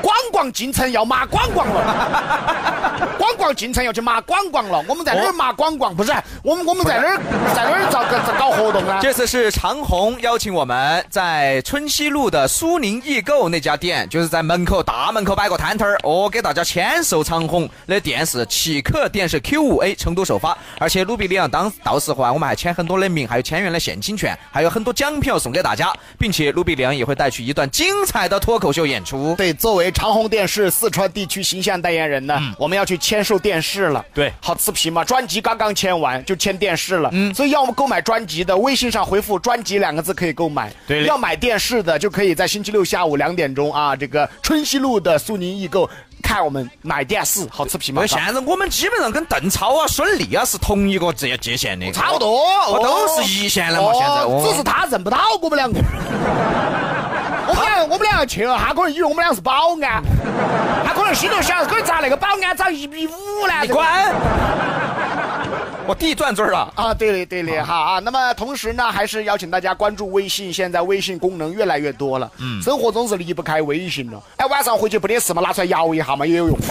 [SPEAKER 3] 光逛进城要骂光光了，
[SPEAKER 2] [laughs]
[SPEAKER 3] 光逛进城要去骂光光了。我们在那儿骂光光，不是我们我们在那儿在那儿搞搞搞活动啊。
[SPEAKER 2] [laughs] 这次是长虹邀请我们在春熙路的苏宁易购那家店，就是在门口大门口摆个摊摊儿，哦，给大家签售长虹。那店是奇客电视 Q 五 A 成都首发，而且卢比里昂当到时候啊，我们还签很多的名，还有千元的现金券，还有很多奖票送给大家，并且卢比里昂也会带去一段精彩的脱口秀演出。
[SPEAKER 3] 哦对，作为长虹电视四川地区形象代言人呢，我们要去签售电视了。
[SPEAKER 2] 嗯对
[SPEAKER 3] 好吃皮嘛，专辑刚刚签完就签电视了。嗯，所以要我们购买专辑的，微信上回复“专辑”两个字可以购买。
[SPEAKER 2] 对嘞
[SPEAKER 3] 要买电视的就可以在星期六下午两点钟啊，这个春熙路的苏宁易购看我们买电视，好吃皮嘛
[SPEAKER 2] 因为。现在我们基本上跟邓超啊、孙俪啊是同一个界界限的，
[SPEAKER 3] 差不多，
[SPEAKER 2] 我都是一线了嘛，现在
[SPEAKER 3] 哦
[SPEAKER 2] 我
[SPEAKER 3] 只是他认不到我们两
[SPEAKER 2] [laughs]
[SPEAKER 3] 个。我们俩，我们俩去了，他可能以为我们俩是保安，他可能心头想，可能咋那个保安长一米五呢？
[SPEAKER 2] 你滚！我地
[SPEAKER 3] [laughs]
[SPEAKER 2] 转嘴儿了。
[SPEAKER 3] 啊，对的，对的，哈啊。那么同时呢，还是邀请大家关注微信，现在微信功能越来越多了，嗯，生活中是离不开微信了。哎，晚上回去不得事嘛，拿出来摇一下嘛，也有用嘛，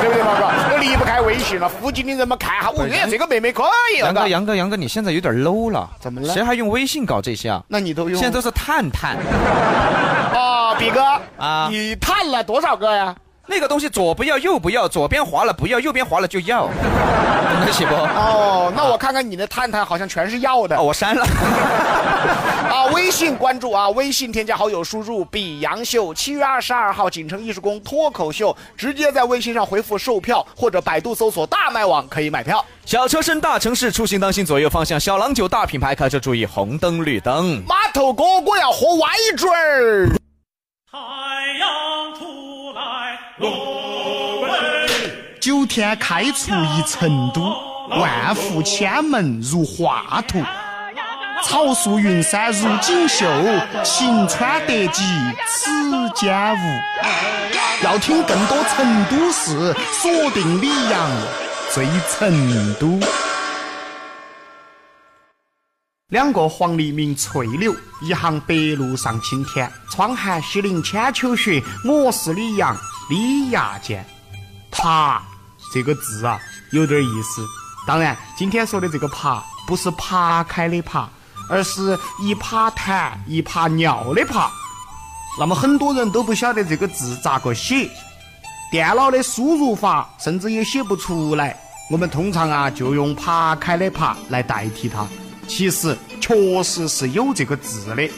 [SPEAKER 3] 对不对嘛？哥，都离不开微信了，附近的人们看一下，哦，耶，这个妹妹可以啊
[SPEAKER 2] 杨哥，
[SPEAKER 3] 嘎。
[SPEAKER 2] 杨哥，杨哥，你现在有点 low 了，
[SPEAKER 3] 怎么了
[SPEAKER 2] 谁还用微信搞这些啊？
[SPEAKER 3] 那你都用
[SPEAKER 2] 现在都是探探，
[SPEAKER 3] [laughs] 哦，比哥啊
[SPEAKER 2] 啊，
[SPEAKER 3] 你探了多少个呀？
[SPEAKER 2] 那个东西左不要右不要，左边划了不要，右边划了就要， [laughs] 懂得起不？哦，
[SPEAKER 3] 哦，那我看看你的探探好像全是要的
[SPEAKER 2] 我删了。
[SPEAKER 3] [laughs] 啊！微信关注啊，微信添加好友，输入“比杨秀”，七月二十二号锦城艺术宫脱口秀，直接在微信上回复“售票”或者百度搜索“大麦网”可以买票。
[SPEAKER 2] [laughs] 小车身大城市出行当心左右方向，小郎酒大品牌开车注意红灯绿灯。
[SPEAKER 3] 码头哥，我要喝歪嘴儿。
[SPEAKER 7] 太阳出来落位，
[SPEAKER 6] 九天开除一成都，万户千门如画图。草树云山如锦绣，行川得吉此间无。要听更多成都事，锁定李阳最成都。两个黄鹂鸣翠柳，一行白鹭上青天。窗含西岭千秋雪，我是李阳，李亚健。爬这个字啊，有点意思。当然，今天说的这个爬不是爬开的爬，而是一爬痰一爬尿的爬。那么很多人都不晓得这个字咋个写，电脑的输入法甚至也写不出来。我们通常啊就用爬开的爬来代替它。其实确实是有这个字的。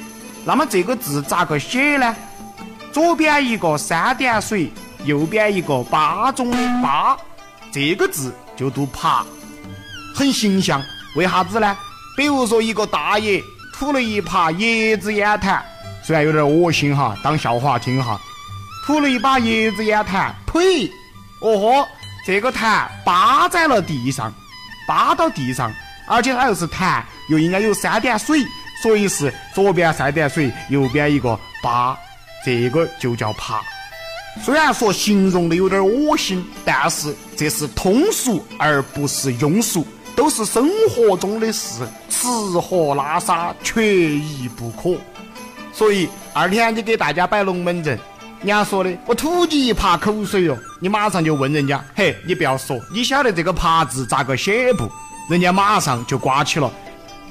[SPEAKER 6] 那么这个字咋个写呢？左边一个三点水，右边一个巴中的巴，这个字就读爬。很形象。为啥子呢？比如说一个大爷吐了一耙椰子烟痰，虽然有点恶心哈，当笑话听哈。吐了一把椰子烟痰，呸！哦豁，这个痰扒在了地上，扒到地上，而且它又是痰，又应该有三点水，所以是左边三点水，右边一个扒，这个就叫扒。虽然说形容的有点恶心，但是这是通俗而不是庸俗，都是生活中的事，吃喝拉撒缺一不可。所以二天就给大家摆龙门阵。人家说的，我吐你一耙口水哟、你马上就问人家，嘿，你不要说，你晓得这个耙字咋个写不？人家马上就刮起了，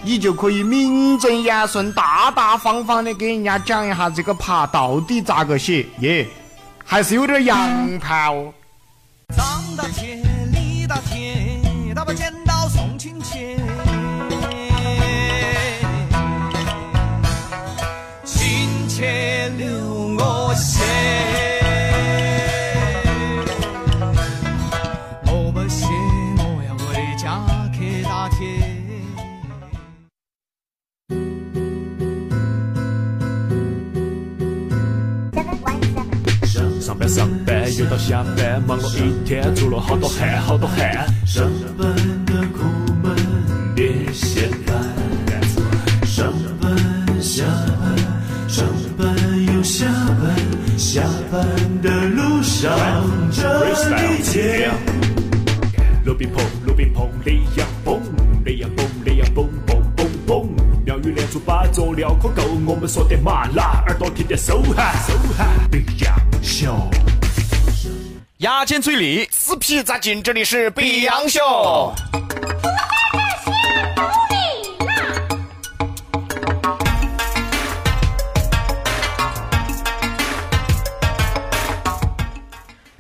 [SPEAKER 6] 你就可以名正言顺、大大方方的给人家讲一下这个耙到底咋个写耶还是有点洋派哦。
[SPEAKER 8] 张大千，李大千，他把剪刀送亲戚。亲戚留我些，我不写，我要回家去打铁。
[SPEAKER 1] 上上班上班又到下班，忙了一天，出了好多汗，好多汗。上班的苦闷别嫌烦，上班下班，上班又下班，下班的路上这一天。鲁冰碰，鲁冰碰，雷呀蹦，雷呀蹦，雷呀蹦蹦蹦蹦。妙语连珠把佐料可够，我们说的麻辣，耳朵听得手汗手汗。冰洋秀，
[SPEAKER 2] 牙尖嘴利，
[SPEAKER 3] 撕皮扎筋，这里是
[SPEAKER 2] 比洋秀。
[SPEAKER 6] 哦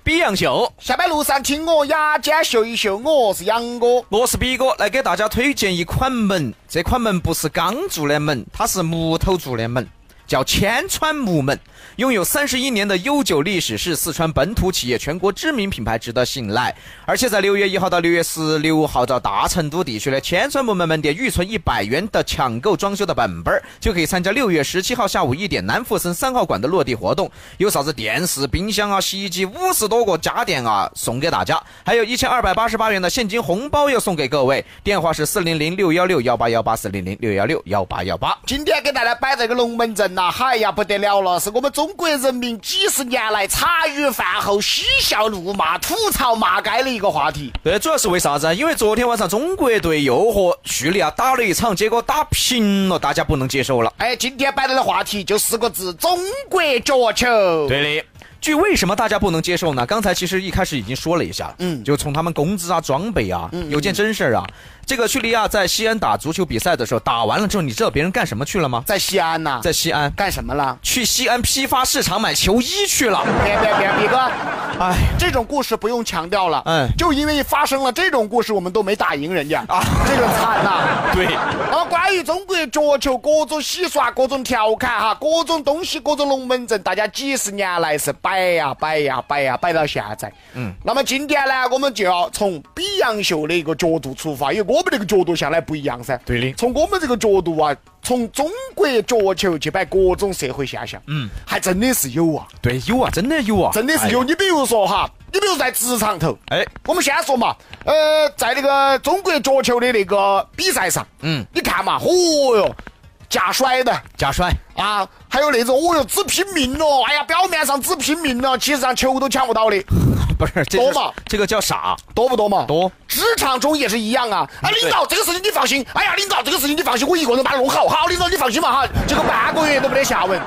[SPEAKER 2] 比洋秀，
[SPEAKER 3] 下班路上听我牙尖秀一秀，我是杨哥。
[SPEAKER 2] 我是比哥，来给大家推荐一款门。这款门不是钢做的门，它是木头做的门，叫千川木门。拥有三十一年的悠久历史，是四川本土企业全国知名品牌，值得信赖。而且在六月一号到六月十六号，到大成都地区的千川木门门店，预存一百元的抢购装修的本本儿，就可以参加六月十七号下午一点南富森三号馆的落地活动。有啥子电视、冰箱啊、洗衣机，五十多个家电啊，送给大家，还有一千二百八十八元的现金红包要送给各位。电话是四零零六幺六幺八幺八四零零六幺六幺八幺八。
[SPEAKER 3] 今天给大家摆这个龙门阵呐、嗨呀不得了了，是我们中国人民几十年来茶余饭后嬉笑怒骂、吐槽骂街的一个话题。
[SPEAKER 2] 对，主要是为啥子啊？因为昨天晚上中国队又和叙利亚打了一场，结果打平了，大家不能接受了。
[SPEAKER 3] 哎，今天摆到的话题就四个字：中国脚球。
[SPEAKER 2] 对的。据为什么大家不能接受呢？刚才其实一开始已经说了一下了，嗯，就从他们工资啊、装备啊，
[SPEAKER 3] 嗯
[SPEAKER 2] 有件真事儿啊，这个叙利亚在西安打足球比赛的时候，打完了之后，你知道别人干什么去了吗？
[SPEAKER 3] 在西安呐、
[SPEAKER 2] 在西安，
[SPEAKER 3] 干什么了？
[SPEAKER 2] 去西安批发市场买球衣去了。
[SPEAKER 3] 别别别，比哥，
[SPEAKER 2] 哎，
[SPEAKER 3] 这种故事不用强调了。
[SPEAKER 2] 嗯
[SPEAKER 3] 就因为发生了这种故事，我们都没打赢人家啊
[SPEAKER 2] 啊，
[SPEAKER 3] 这个惨
[SPEAKER 2] [laughs]
[SPEAKER 3] 呐、
[SPEAKER 2] 对，
[SPEAKER 3] 那么哦关于中国脚球各种洗刷、各种调侃哈、各种东西、各种龙门阵，大家几十年来是摆呀摆呀摆呀摆到现在。嗯，那么今天呢，我们就要从比洋秀的一个角度出发，因为我们这个角度向来不一样噻。
[SPEAKER 2] 对的
[SPEAKER 3] 从我们这个角度啊，从中国脚球去摆各种社会现象，嗯，还真的是有啊，
[SPEAKER 2] 对，有啊，真的有啊，
[SPEAKER 3] 真的是有。你比如说哈，你比如在职场头，
[SPEAKER 2] 哎。
[SPEAKER 3] 我们先说嘛，呃，在那个中国脚球的那个比赛上，
[SPEAKER 2] 嗯
[SPEAKER 3] 嗯，你看嘛，嚯哟，架摔的
[SPEAKER 2] 贾帅，
[SPEAKER 3] 啊，还有那种哦哟只拼命了，哎呀，表面上只拼命了，其实上球都抢不到的，
[SPEAKER 2] 不是这个
[SPEAKER 3] 多嘛
[SPEAKER 2] 这个叫傻，
[SPEAKER 3] 多不多嘛？
[SPEAKER 2] 多。
[SPEAKER 3] 职场中也是一样啊，哎，领导这个事情你放心，哎呀，领导这个事情你放心，我一个人把它弄好，好，领导你放心嘛哈，结果半个月都没得下文，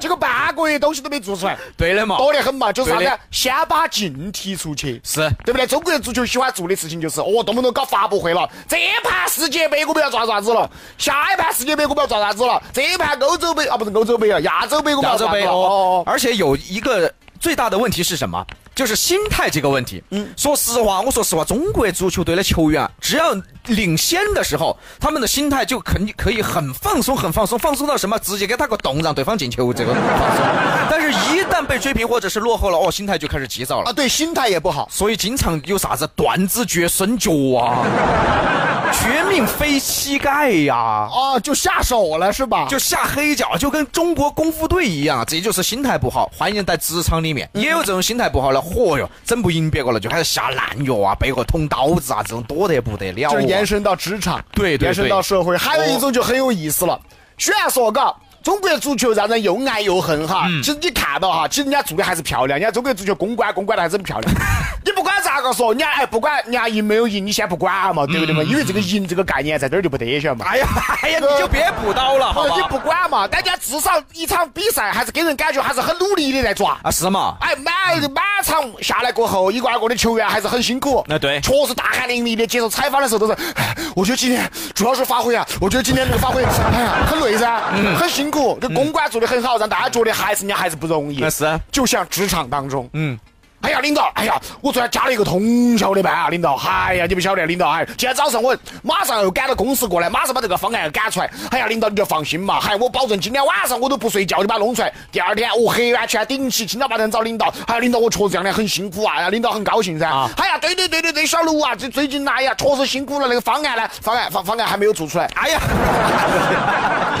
[SPEAKER 3] 结果半个月东西都没做出来。
[SPEAKER 2] 对的嘛，
[SPEAKER 3] 多得很嘛，就是啥
[SPEAKER 2] 对
[SPEAKER 3] 子
[SPEAKER 2] 的？
[SPEAKER 3] 先把劲踢出去，
[SPEAKER 2] 是
[SPEAKER 3] 对不对？中国人足球喜欢做的事情就是，哦，动不动搞发布会了，这一盘世界杯我们要抓啥子了，下一盘世界杯我们要抓啥子了，这一盘欧洲杯啊，不是欧洲杯啊，亚洲杯我们
[SPEAKER 2] 亚
[SPEAKER 3] 要抓
[SPEAKER 2] 洲
[SPEAKER 3] 啥子
[SPEAKER 2] 杯
[SPEAKER 3] 了？
[SPEAKER 2] 哦
[SPEAKER 3] 哦，哦，
[SPEAKER 2] 而且有一个最大的问题是什么？就是心态这个问题。嗯，说实话，我说实话，中国足球队的球员啊，只要领先的时候，他们的心态就肯定可以很放松，很放松，放松到什么？直接给他个洞，让对方进球，这个放松。但是，一旦被追平或者是落后了，哦，心态就开始急躁了
[SPEAKER 3] 啊，。对，心态也不好。
[SPEAKER 2] 所以经常有啥子断子绝孙脚啊，绝命飞膝盖呀、
[SPEAKER 3] 啊，就下手了是吧？
[SPEAKER 2] 就下黑脚，就跟中国功夫队一样，这就是心态不好。欢迎在职场里面也有这种心态不好的，嚯哟，整不赢别个了，就开始下烂药啊，背后捅刀子啊，这种多得不得了、啊。
[SPEAKER 3] 就是延伸到职场，
[SPEAKER 2] 对对
[SPEAKER 3] 延伸到社会。还有一种就很有意思了，虽然说嘎。中国足球让人又爱又恨哈，
[SPEAKER 2] 嗯
[SPEAKER 3] 其实你看到哈，其实人家做的还是漂亮，人家中国足球公关公关的还是很漂
[SPEAKER 2] [laughs]
[SPEAKER 3] 亮。你不管咋个说，人家哎不管人家赢没有赢，你先不管嘛，对不对嘛？因为这个赢这个概念在这儿就不得晓得嘛。
[SPEAKER 2] 嗯哎呀，哎呀，你就别补刀了，好
[SPEAKER 3] 哦，你
[SPEAKER 2] 吧？ [laughs]
[SPEAKER 3] 不管嘛，大家至少一场比赛还是给人感觉还是很努力的在抓。
[SPEAKER 2] 啊，是嘛？
[SPEAKER 3] 哎，满满场下来过后，一个二个的球员还是很辛苦。
[SPEAKER 2] 那对
[SPEAKER 3] 确实大汗淋漓的。接受采访的时候都是， [sighs] 哎我觉得今天朱老师发挥啊，我觉得今天这个发挥， [sighs] 哎呀，很累噻，
[SPEAKER 2] 嗯
[SPEAKER 3] 很辛苦。这公关做的很好，让大家觉得还是人家还是不容易。
[SPEAKER 2] 那是啊
[SPEAKER 3] 就像职场当中，嗯。哎呀，领导！哎呀，我昨天加了一个通宵的班啊，领导！哎呀，你不晓得，领导！哎，今天早上我马上又赶到公司过来，马上把这个方案赶出来。哎呀，领导你就放心嘛，哎嗨、我保证今天晚上我都不睡觉就把它弄出来。第二天我黑眼圈顶起，清早八点找领导。哎呀，领导我确实这两天很辛苦啊，哎呀，领导很高兴噻。
[SPEAKER 2] 啊
[SPEAKER 3] 哎呀，对对对对对，小卢啊，这最近呢，哎呀，确实辛苦了，那个方案呢，方案方方案还没有做出来，
[SPEAKER 2] 哎呀，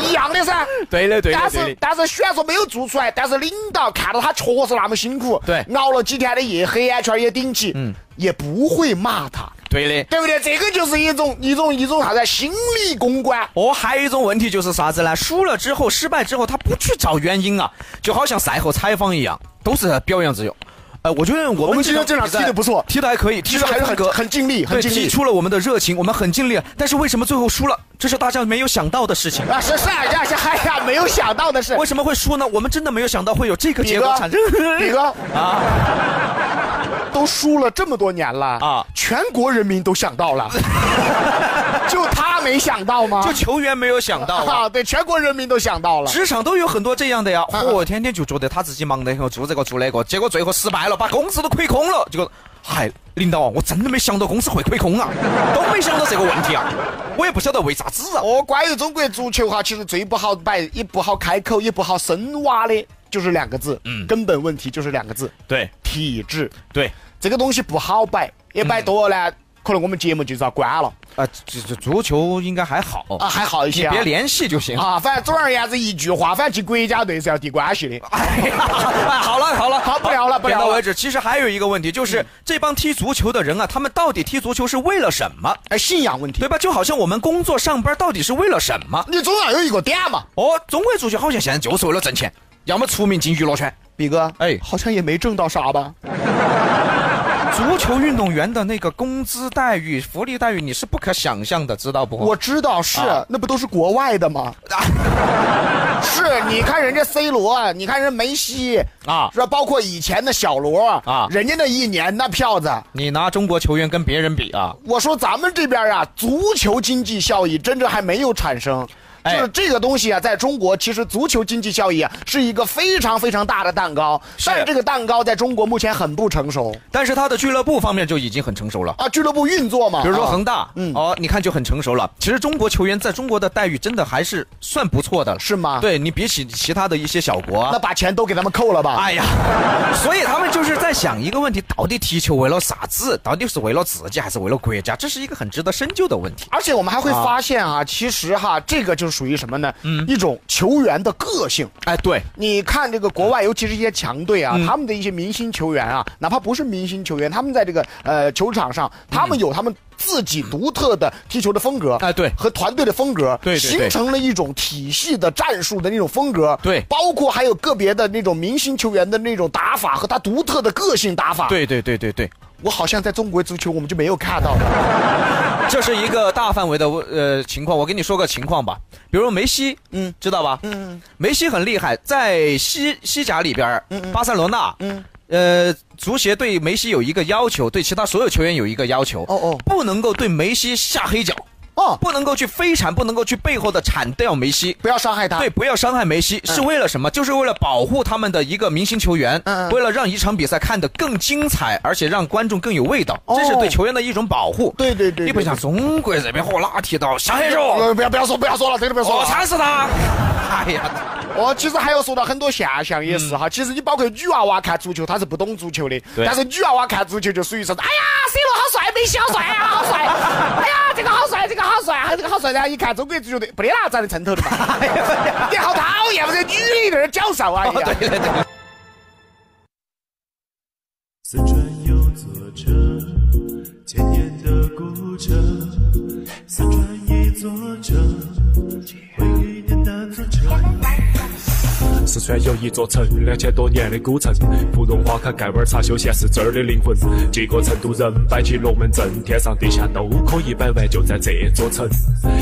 [SPEAKER 3] [laughs] 一样的噻。
[SPEAKER 2] 对的，对的，
[SPEAKER 3] 但
[SPEAKER 2] 对
[SPEAKER 3] 是
[SPEAKER 2] 的。
[SPEAKER 3] 但是虽然说没有做出来，但是领导看到他确实那么辛苦，
[SPEAKER 2] 对嗯
[SPEAKER 3] 熬了几天的夜，黑眼圈也顶起，也不会骂他，
[SPEAKER 2] 对的。
[SPEAKER 3] 对不对？这个就是一种一种一种啥子心理公关。
[SPEAKER 2] 哦，还有一种问题就是啥子呢？输了之后，失败之后，他不去找原因啊，就好像赛后采访一样，都是表扬自己。呃，我觉得我
[SPEAKER 3] 我
[SPEAKER 2] 们
[SPEAKER 3] 们今天这场
[SPEAKER 2] 比赛
[SPEAKER 3] 踢得不错
[SPEAKER 2] 踢得还可以，踢
[SPEAKER 3] 其实
[SPEAKER 2] 出了
[SPEAKER 3] 还是
[SPEAKER 2] 风
[SPEAKER 3] 很
[SPEAKER 2] 格
[SPEAKER 3] 很尽力，很
[SPEAKER 2] 对，
[SPEAKER 3] 尽
[SPEAKER 2] 提
[SPEAKER 3] 力。
[SPEAKER 2] 出了我们的热情，我们很尽力，但是为什么最后输了？这是大家没有想到的事情。
[SPEAKER 3] 啊，是是啊，这是哎呀，没有想到的是，
[SPEAKER 2] 为什么会输呢？我们真的没有想到会有这个
[SPEAKER 3] 比
[SPEAKER 2] 结
[SPEAKER 3] 哥
[SPEAKER 2] 果产生。
[SPEAKER 3] 比哥啊，都输了这么多年了
[SPEAKER 2] 啊
[SPEAKER 3] 啊，全国人民都想到
[SPEAKER 2] [laughs]
[SPEAKER 3] 了，就他没想到吗？
[SPEAKER 2] 就球员没有想到啊。
[SPEAKER 3] 啊，对，全国人民都想到了。
[SPEAKER 2] 职场都有很多这样的呀，
[SPEAKER 3] 嗯
[SPEAKER 2] 嚯、天天就觉得他自己忙得很，做这个做那个，结果最后失败了，把公司都亏空了。结果，嗨，领导啊，我真的没想到公司会亏空啊，都没想到这个问题啊，我也不晓得为啥子啊。
[SPEAKER 3] 哦，关于中国足球哈，其实最不好摆，也不好开口，也不好深挖的，就是两个字，嗯，根本问题就是两个字，
[SPEAKER 2] 对
[SPEAKER 3] 体制。
[SPEAKER 2] 对，嗯
[SPEAKER 3] 这个东西不好摆，也摆多了呢，可能我们节目就是要关了
[SPEAKER 2] 啊、这这足球应该还好
[SPEAKER 3] 啊，还好一
[SPEAKER 2] 你
[SPEAKER 3] 些啊。
[SPEAKER 2] 别联系就行。
[SPEAKER 3] 啊，反正总而言之一句话，反正进国家队是要递关系的。
[SPEAKER 2] 哎呀，哎好了好了，嗯
[SPEAKER 3] 好不聊了不聊了
[SPEAKER 2] 点到为止。其实还有一个问题，就是、这帮踢足球的人啊，他们到底踢足球是为了什么？
[SPEAKER 3] 哎，信仰问题
[SPEAKER 2] 对，吧？就好像我们工作上班到底是为了什么？
[SPEAKER 3] 你总要有一个点嘛。
[SPEAKER 2] 哦，中国足球好像现在就是为了挣钱，要么出名进娱乐圈。
[SPEAKER 3] 比哥，
[SPEAKER 2] 哎
[SPEAKER 3] 好像也没挣到啥吧？
[SPEAKER 2] 足球运动员的那个工资待遇、福利待遇，你是不可想象的，知道不？
[SPEAKER 3] 我知道是，
[SPEAKER 2] 啊
[SPEAKER 3] 那不都是国外
[SPEAKER 2] [laughs]
[SPEAKER 3] 的吗？是，你看人家 C 罗，你看人梅西
[SPEAKER 2] 啊
[SPEAKER 3] 是吧？包括以前的小罗
[SPEAKER 2] 啊
[SPEAKER 3] 人家那一年那票子，
[SPEAKER 2] 你拿中国球员跟别人比啊？
[SPEAKER 3] 我说咱们这边啊，足球经济效益真正还没有产生。就
[SPEAKER 2] 哎
[SPEAKER 3] 是这个东西啊，在中国其实足球经济效益啊是一个非常非常大的蛋糕，但是这个蛋糕在中国目前很不成熟
[SPEAKER 2] 但是他的俱乐部方面就已经很成熟了。
[SPEAKER 3] 啊，俱乐部运作嘛，
[SPEAKER 2] 比如说
[SPEAKER 3] 啊
[SPEAKER 2] 恒大，
[SPEAKER 3] 嗯
[SPEAKER 2] 哦，你看就很成熟了。其实中国球员在中国的待遇真的还是算不错的了，
[SPEAKER 3] 是吗
[SPEAKER 2] 对你比起其他的一些小国
[SPEAKER 3] 那
[SPEAKER 2] 啊，
[SPEAKER 3] 把钱都给他们扣了吧？
[SPEAKER 2] 哎呀，所以他们就是在想一个问题：到底踢球为了啥子？到底是为了自己还是为了国家？这是一个很值得深究的问题。
[SPEAKER 3] 而且我们还会发现啊，其实哈，这个就是属于什么呢？
[SPEAKER 2] 嗯
[SPEAKER 3] 一种球员的个性。
[SPEAKER 2] 哎，对，
[SPEAKER 3] 你看这个国外，尤其是一些强队
[SPEAKER 2] 嗯
[SPEAKER 3] 啊，他们的一些明星球员啊，哪怕不是明星球员，他们在这个呃球场上，
[SPEAKER 2] 嗯
[SPEAKER 3] 他们有他们自己独特的踢球的风格，
[SPEAKER 2] 哎对
[SPEAKER 3] 和团队的风格，
[SPEAKER 2] 对对对
[SPEAKER 3] 形成了一种体系的战术的那种风格，
[SPEAKER 2] 对
[SPEAKER 3] 包括还有个别的那种明星球员的那种打法和他独特的个性打法，，
[SPEAKER 2] 对对对对对，
[SPEAKER 3] 我好像在中国足球我们就没有看到的，
[SPEAKER 2] 这是一个大范围的呃情况。我跟你说个情况吧，比如梅西，嗯，知道吧？嗯，梅西很厉害，在西西甲里边儿，巴塞罗那，嗯，呃，足协对梅西有一个要求，对其他所有球员有一个要求，
[SPEAKER 3] 哦哦
[SPEAKER 2] 不能够对梅西下黑脚。
[SPEAKER 3] 哦
[SPEAKER 2] 不能够去飞铲，不能够去背后的铲掉梅西。
[SPEAKER 3] 不要伤害他。
[SPEAKER 2] 对，，不要伤害梅西，是为了什么？就是为了保护他们的一个明星球员
[SPEAKER 3] 嗯嗯，
[SPEAKER 2] 为了让一场比赛看得更精彩，而且让观众更有味道，
[SPEAKER 3] 哦
[SPEAKER 2] 这是对球员的一种保护。
[SPEAKER 3] 对对对对哦
[SPEAKER 2] 你不像中国这边嚯，哪提到小黑
[SPEAKER 3] 不
[SPEAKER 2] 手，
[SPEAKER 3] 要不要不要说不要说了，这个不要说
[SPEAKER 2] 我
[SPEAKER 3] 了。
[SPEAKER 2] 铲死哦他！ [laughs] 哎呀，
[SPEAKER 3] 哦，其实还要说到很多现象也是哈。其实你包括女娃娃看足球，她是不懂足球的，
[SPEAKER 2] 对
[SPEAKER 3] 但是女娃娃看足球就属于说，哎呀，C 罗好帅，梅西好帅啊，好帅！哎呀，这个好帅，这个好帅，还有这个好帅。然后一看中国足球队，没得哪长得称头的嘛。你好讨厌，不是女的在那儿讲啥玩意儿？
[SPEAKER 2] 对对对。
[SPEAKER 9] 四川有座城，千年的古城。四川一座城，回忆的那座城。
[SPEAKER 1] 四川有一座城，两千多年的古城，芙蓉花开，盖碗茶休闲是这儿的灵魂。几个成都人摆起龙门阵，天上地下都可以摆完，就在这座城。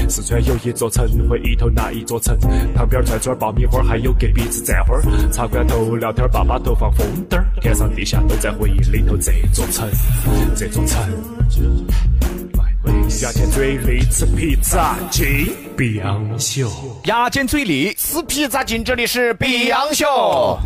[SPEAKER 1] 四川有一座城，回忆头那一座城，旁边串串爆米花，还有隔壁子蘸花儿，茶馆头聊天，爸妈头放风筝儿，天上地下都在回忆里头。这座城，这座城。牙尖嘴利吃披萨，金碧昂秀。
[SPEAKER 2] 牙尖嘴利，
[SPEAKER 3] 撕皮扎进这里是比洋秀。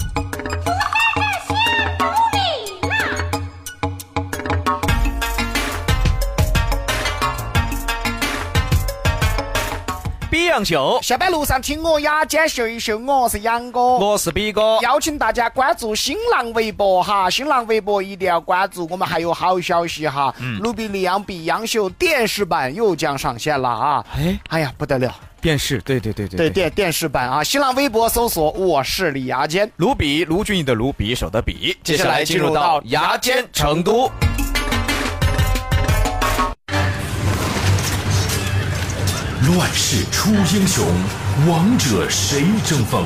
[SPEAKER 2] 比洋秀，
[SPEAKER 3] 下班路上听我牙尖秀一秀，我是杨哥。
[SPEAKER 2] 我是比哥。
[SPEAKER 3] [laughs] 邀请大家关注新浪微博哈，新浪微博一定要关注，我们还有好消息哈，
[SPEAKER 2] 嗯
[SPEAKER 3] 卢比里昂比杨秀电视版又将上线了啊！
[SPEAKER 2] 哎，
[SPEAKER 3] 哎呀，不得了，
[SPEAKER 2] 电视，对对对对
[SPEAKER 3] 对。电电视版啊，新浪微博搜索我是李牙尖，
[SPEAKER 2] 卢比，卢俊义的卢，匕首的匕。接
[SPEAKER 3] 下
[SPEAKER 2] 下
[SPEAKER 3] 来
[SPEAKER 2] 来
[SPEAKER 3] 进
[SPEAKER 2] 进
[SPEAKER 3] 入
[SPEAKER 2] 入
[SPEAKER 3] 到
[SPEAKER 2] 到牙尖成都。
[SPEAKER 4] 乱世出英雄，王者谁争锋？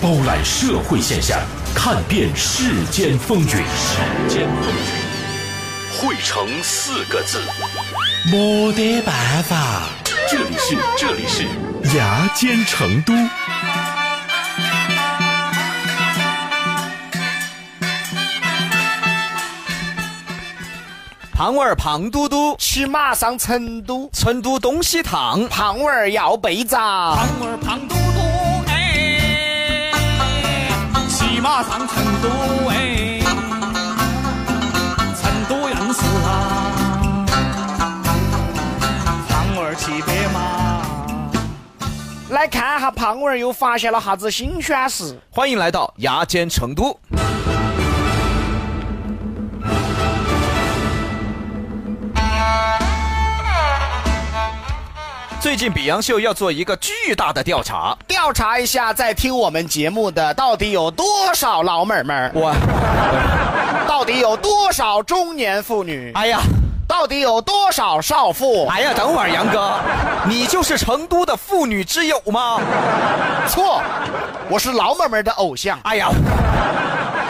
[SPEAKER 4] 包揽社会现象，看遍世间风云。世间风云，汇成四个字，没得办法。这里是这里是牙尖成都。
[SPEAKER 2] 胖娃儿胖嘟嘟，
[SPEAKER 3] 骑马上成都，
[SPEAKER 2] 成都东西塘。
[SPEAKER 3] 胖娃儿要被
[SPEAKER 2] 啊
[SPEAKER 3] 砸，
[SPEAKER 7] 胖儿胖嘟嘟哎，骑马上成都哎，成都样式啊，胖儿骑白马。
[SPEAKER 3] 来看哈胖娃儿又发现了啥子新鲜事。
[SPEAKER 2] 欢迎来到牙尖成都。最近比洋秀要做一个巨大的调查，
[SPEAKER 3] 调查一下，在听我们节目的到底有多少老妹儿们儿，
[SPEAKER 2] 我，
[SPEAKER 3] 到底有多少中年妇女，
[SPEAKER 2] 哎呀，
[SPEAKER 3] 到底有多少少妇？
[SPEAKER 2] 哎呀，等会儿杨哥，你就是成都的妇女之友吗？
[SPEAKER 3] 错，我是老妹儿们的偶像。
[SPEAKER 2] 哎呀，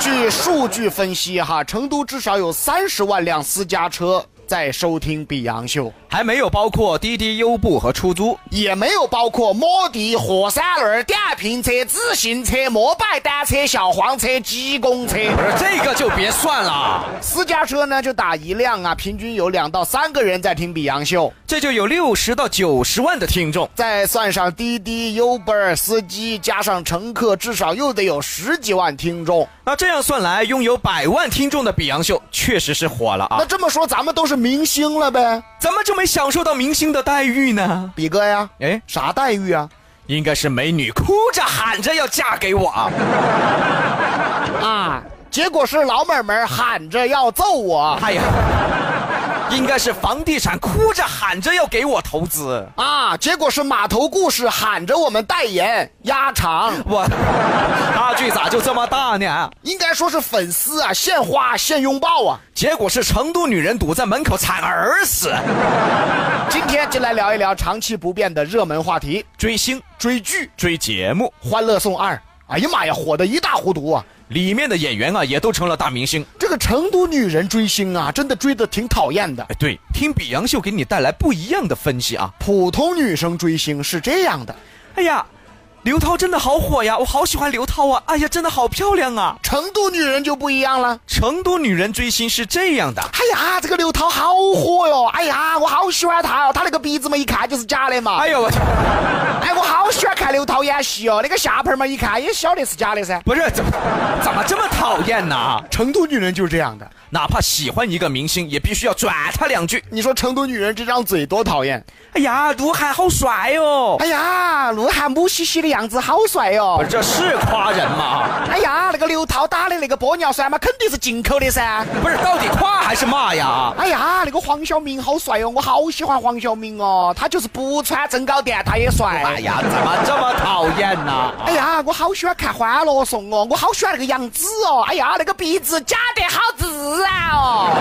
[SPEAKER 3] 据数据分析，哈，成都至少有三十万辆私家车在收听《比洋秀》，
[SPEAKER 2] 还没有包括滴滴、优步和出租。
[SPEAKER 3] 也没有包括摩的、火三轮、电瓶车、自行车、摩拜单车、小黄车、机公车。
[SPEAKER 2] 不是这个就别算了，
[SPEAKER 3] 私家车呢，就打一辆啊，平均有两到三个人在听《比洋秀》。
[SPEAKER 2] 这就有六十到九十万的听众。
[SPEAKER 3] 再算上滴滴、Uber 司机，加上乘客，至少又得有十几万听众。
[SPEAKER 2] 那这样算来，拥有百万听众的比洋秀确实是火了啊
[SPEAKER 3] 那！这么说，咱们都是明星了呗？
[SPEAKER 2] 怎么就没享受到明星的待遇呢？
[SPEAKER 3] 比哥呀，
[SPEAKER 2] 哎，
[SPEAKER 3] 啥待遇啊？
[SPEAKER 2] 应该是美女哭着喊着要嫁给我啊！
[SPEAKER 3] 啊，结果是老妹们喊着要揍我
[SPEAKER 2] 哎呀，应该是房地产哭着喊着要给我投资，
[SPEAKER 3] 啊，结果是码头故事喊着我们代言鸭肠，
[SPEAKER 2] 我差距咋就这么大呢？
[SPEAKER 3] 应该说是粉丝啊，献花献拥抱啊。
[SPEAKER 2] 结果是成都女人堵在门口惨而死。
[SPEAKER 3] 今天就来聊一聊长期不变的热门话题
[SPEAKER 2] 追星、追剧、追节目，
[SPEAKER 3] 《欢乐颂二》。哎呀妈呀，火的一塌糊涂啊！
[SPEAKER 2] 里面的演员啊也都成了大明星。
[SPEAKER 3] 这个成都女人追星啊，真的追的挺讨厌的。
[SPEAKER 2] 哎，对，听比洋秀给你带来不一样的分析啊！
[SPEAKER 3] 普通女生追星是这样的，
[SPEAKER 2] 哎呀，刘涛真的好火呀，我好喜欢刘涛啊！哎呀，真的好漂亮啊！
[SPEAKER 3] 成都女人就不一样了。
[SPEAKER 2] 成都女人追星是这样的，
[SPEAKER 3] 哎呀，这个刘涛好火哟！哎呀，我好喜欢她哦，她那个鼻子嘛，一看就是假的嘛。
[SPEAKER 2] 哎
[SPEAKER 3] 哎
[SPEAKER 2] 呦我去，
[SPEAKER 3] 哎，我好喜欢看刘涛演戏哦，那个下巴嘛，一看也晓得是假的噻。
[SPEAKER 2] 不是怎么怎么这么讨厌呢？
[SPEAKER 3] 成都女人就是这样的。
[SPEAKER 2] 哪怕喜欢一个明星，也必须要转他两句。
[SPEAKER 3] 你说成都女人这张嘴多讨厌？
[SPEAKER 2] 哎呀，鹿晗好帅哦！
[SPEAKER 3] 哎呀，鹿晗母兮兮的样子好帅哦
[SPEAKER 2] 不是，！这是夸人吗？
[SPEAKER 3] 哎呀，那个刘涛打的那个玻尿酸嘛，肯定是进口的噻。
[SPEAKER 2] 不是，到底夸还是骂呀？
[SPEAKER 3] 哎呀，那个黄晓明好帅哦，我好喜欢黄晓明哦，他就是不穿增高垫他也帅。
[SPEAKER 2] 哎呀，怎么这么讨厌呢？
[SPEAKER 3] 哎呀，我好喜欢看《欢乐颂》哦，我好喜欢那个杨紫哦。哎呀，那个鼻子假得好自然哦。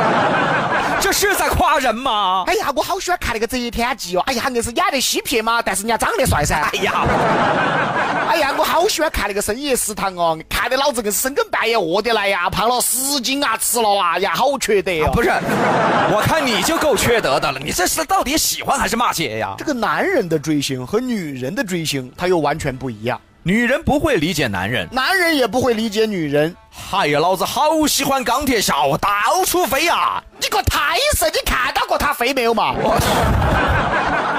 [SPEAKER 2] 这是在夸人吗？
[SPEAKER 3] 哎呀，我好喜欢看那个《择天记》哦。哎呀，硬是演得稀撇嘛，但是人家长得帅噻。
[SPEAKER 2] 哎呀，
[SPEAKER 3] 哎呀，我好喜欢看那个《深夜食堂》哦，看得老子硬是深更半夜饿得来呀，胖了十斤啊，吃了啊，呀，好缺德哟、
[SPEAKER 2] 不是，我看你就够缺德的了。你这是到底喜欢还是骂街呀
[SPEAKER 3] 这？个男人的追星和女人的追星，他又完全不一样。
[SPEAKER 2] 女人不会理解男人。
[SPEAKER 3] 男人也不会理解女人。
[SPEAKER 2] 哎呀，老子好喜欢钢铁侠，我到处飞啊呀、
[SPEAKER 3] 你个胎神，你看到过他飞没有嘛？
[SPEAKER 2] 我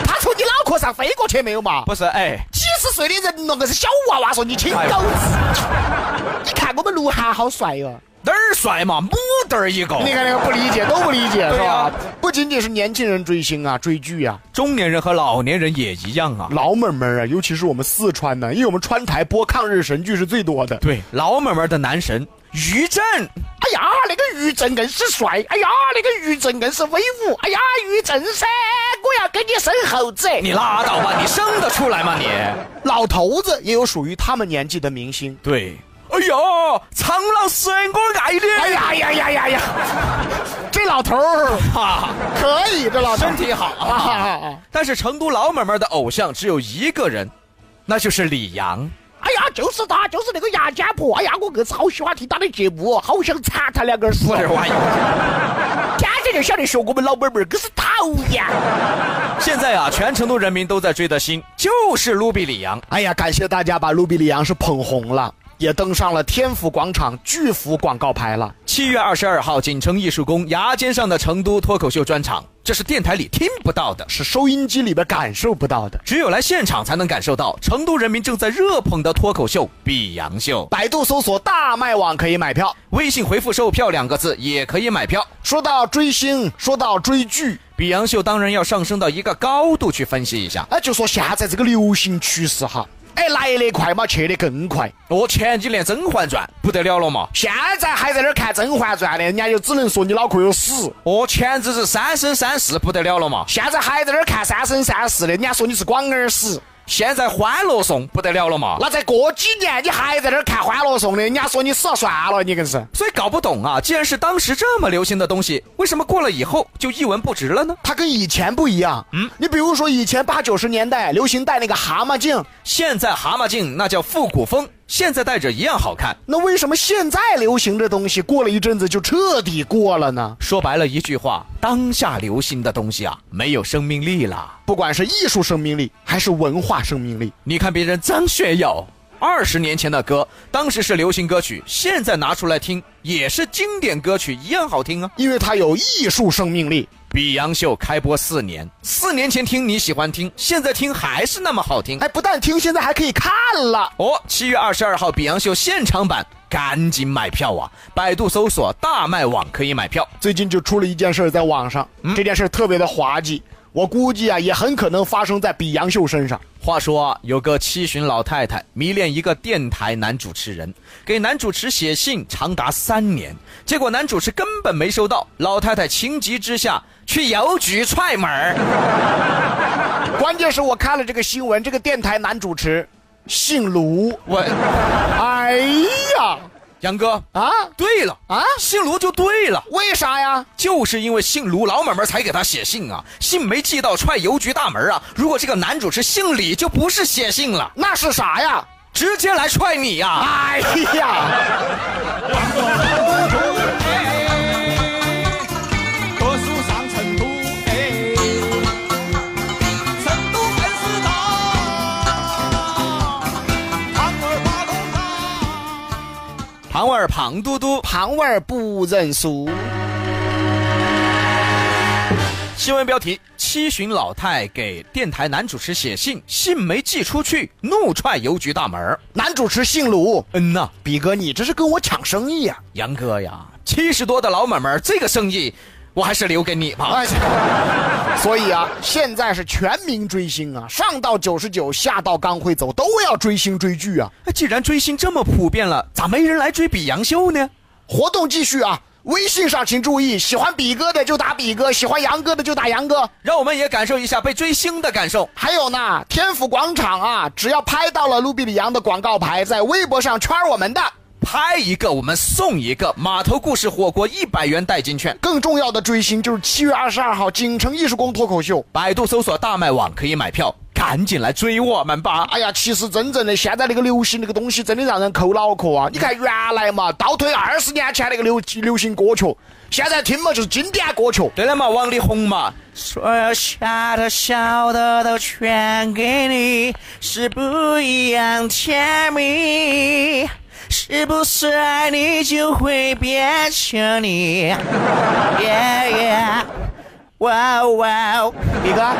[SPEAKER 3] 他从你脑壳上飞过去没有嘛？
[SPEAKER 2] 不是，哎，
[SPEAKER 3] 几十岁的人了，硬是小娃娃说你亲狗子。 [laughs] 你看我们鹿晗好帅哟、
[SPEAKER 2] 哪儿帅嘛，母嘚儿一个。
[SPEAKER 3] 你看那个不理解，都不理解是
[SPEAKER 2] 对
[SPEAKER 3] 吧
[SPEAKER 2] 啊？
[SPEAKER 3] 不仅仅是年轻人追星啊、追剧啊，
[SPEAKER 2] 中年人和老年人也一样啊。
[SPEAKER 3] 老妹妹啊，尤其是我们四川呢，因为我们川台播抗日神剧是最多的。
[SPEAKER 2] 对，老妹妹的男神于震，
[SPEAKER 3] 哎呀，那个于正硬是帅，哎呀，那个于正硬是威武，哎呀，于正噻，我要跟你生猴子。
[SPEAKER 2] 你拉倒吧，你生得出来吗你？
[SPEAKER 3] 老头子也有属于他们年纪的明星。
[SPEAKER 2] 对，哎呦，苍老师，我爱你。
[SPEAKER 3] 哎呀呀呀呀呀！这老头儿
[SPEAKER 2] 哈，
[SPEAKER 3] 啊可以，这老头儿
[SPEAKER 2] 身体好啊。
[SPEAKER 3] 啊！
[SPEAKER 2] 但是成都老妹妹的偶像只有一个人，那就是李阳。
[SPEAKER 3] 哎呀，就是他，就是那个牙尖婆。哎呀，我硬是好喜欢听他的节目哦，好想插他两根丝。
[SPEAKER 2] 我，
[SPEAKER 3] 天天就晓得学我们老妹妹儿，真是讨厌。
[SPEAKER 2] 现在啊，全成都人民都在追的星就是卢比李阳。
[SPEAKER 3] 哎呀，感谢大家把卢比里昂是捧红了，也登上了天府广场巨幅广告牌了。
[SPEAKER 2] 七月二十二号，锦城艺术宫《牙尖上的成都》脱口秀专场，这是电台里听不到的，
[SPEAKER 3] 是收音机里边感受不到的。
[SPEAKER 2] 只有来现场才能感受到成都人民正在热捧的脱口秀《比洋秀》。
[SPEAKER 3] 百度搜索大麦网可以买票。
[SPEAKER 2] 微信回复“售票”两个字也可以买票。
[SPEAKER 3] 说到追星，说到追剧，
[SPEAKER 2] 比洋秀当然要上升到一个高度去分析一下。
[SPEAKER 3] 哎，就说现在这个流行趋势哈，哎，来得快嘛，去得更快。
[SPEAKER 2] 我前几年《甄嬛传》不得了了嘛，
[SPEAKER 3] 现在还在那儿看《甄嬛传》的，人家就只能说你脑壳有屎；
[SPEAKER 2] 我前哦阵子《三生三世》不得了了嘛，
[SPEAKER 3] 现在还在那儿看《三生三世》的，人家说你是广耳屎；
[SPEAKER 2] 现在《欢乐颂》不得了了嘛。
[SPEAKER 3] 那再过几年你还在那儿看《欢乐颂》的，人家说你死了算了，你更是。
[SPEAKER 2] 所以搞不懂啊，既然是当时这么流行的东西，为什么过了以后就一文不值了呢？
[SPEAKER 3] 它跟以前不一样，嗯，你比如说以前八九十年代流行戴那个蛤蟆镜，
[SPEAKER 2] 现在蛤蟆镜那叫复古风，现在戴着一样好看。
[SPEAKER 3] 那为什么现在流行这东西过了一阵子就彻底过了呢？
[SPEAKER 2] 说白了一句话，当下流行的东西啊，没有生命力了。
[SPEAKER 3] 不管是艺术生命力还是文化生命力，
[SPEAKER 2] 你看别人张学友，二十年前的歌，当时是流行歌曲，现在拿出来听也是经典歌曲，一样好听啊。
[SPEAKER 3] 因为它有艺术生命力。
[SPEAKER 2] 比洋秀开播四年，四年前听你喜欢听，现在听还是那么好听。
[SPEAKER 3] 哎，不但听，现在还可以看了。
[SPEAKER 2] 哦，七月二十二号比洋秀现场版，赶紧买票啊！百度搜索大麦网可以买票。
[SPEAKER 3] 最近就出了一件事儿，在网上，这件事儿特别的滑稽，我估计啊，也很可能发生在比洋秀身上。
[SPEAKER 2] 话说啊，有个七旬老太太迷恋一个电台男主持人，给男主持写信长达三年，结果男主持根本没收到，老太太情急之下去邮局踹门儿。
[SPEAKER 3] 关键是我看了这个新闻，这个电台男主持姓卢，
[SPEAKER 2] 我，
[SPEAKER 3] 哎呀
[SPEAKER 2] 杨哥，
[SPEAKER 3] 啊
[SPEAKER 2] 对了
[SPEAKER 3] 啊
[SPEAKER 2] 姓卢就对了，
[SPEAKER 3] 为啥呀？
[SPEAKER 2] 就是因为姓卢，老买卖才给他写信啊，信没寄到踹邮局大门啊。如果这个男主持姓李，就不是写信了。
[SPEAKER 3] 那是啥呀？
[SPEAKER 2] 直接来踹你啊呀、
[SPEAKER 3] 哎呀，
[SPEAKER 7] 读书上成都，哎，成都本事大，
[SPEAKER 2] 胖娃儿胖嘟嘟。
[SPEAKER 3] 胖娃儿不认输。
[SPEAKER 2] 新闻标题：七旬老太给电台男主持写信，信没寄出去，怒踹邮局大门儿。
[SPEAKER 3] 男主持姓鲁，
[SPEAKER 2] 嗯呐，
[SPEAKER 3] 比哥，你这是跟我抢生意啊呀、
[SPEAKER 2] 杨哥呀，七十多的老买卖儿，这个生意我还是留给你吧。
[SPEAKER 3] 哎，所以啊，现在是全民追星啊，上到九十九，下到刚会走，都要追星追剧啊。
[SPEAKER 2] 哎既然追星这么普遍了，咋没人来追比杨秀呢？
[SPEAKER 3] 活动继续啊！微信上请注意，喜欢比哥的就打比哥，喜欢杨哥的就打杨哥。
[SPEAKER 2] 让我们也感受一下被追星的感受。
[SPEAKER 3] 还有呢，天府广场啊，只要拍到了卢比里昂的广告牌，在微博上圈我们的。
[SPEAKER 2] 拍一个，我们送一个码头故事火锅一百元代金券。
[SPEAKER 3] 更重要的追星就是七月二十二号京城艺术宫脱口秀。
[SPEAKER 2] 百度搜索大麦网可以买票，赶紧来追我们吧！
[SPEAKER 3] 哎呀，其实真正的现在那个流行那个东西，真的让人抠脑壳啊！你看原来嘛，倒退二十年前那个流流行歌曲，现在听嘛就是经典歌曲。
[SPEAKER 2] 对了嘛，王力宏嘛，所有小的小的都全给你，是不一样甜蜜。是不是爱你就会变成你？耶耶，哇哦哇哦，
[SPEAKER 3] 比哥，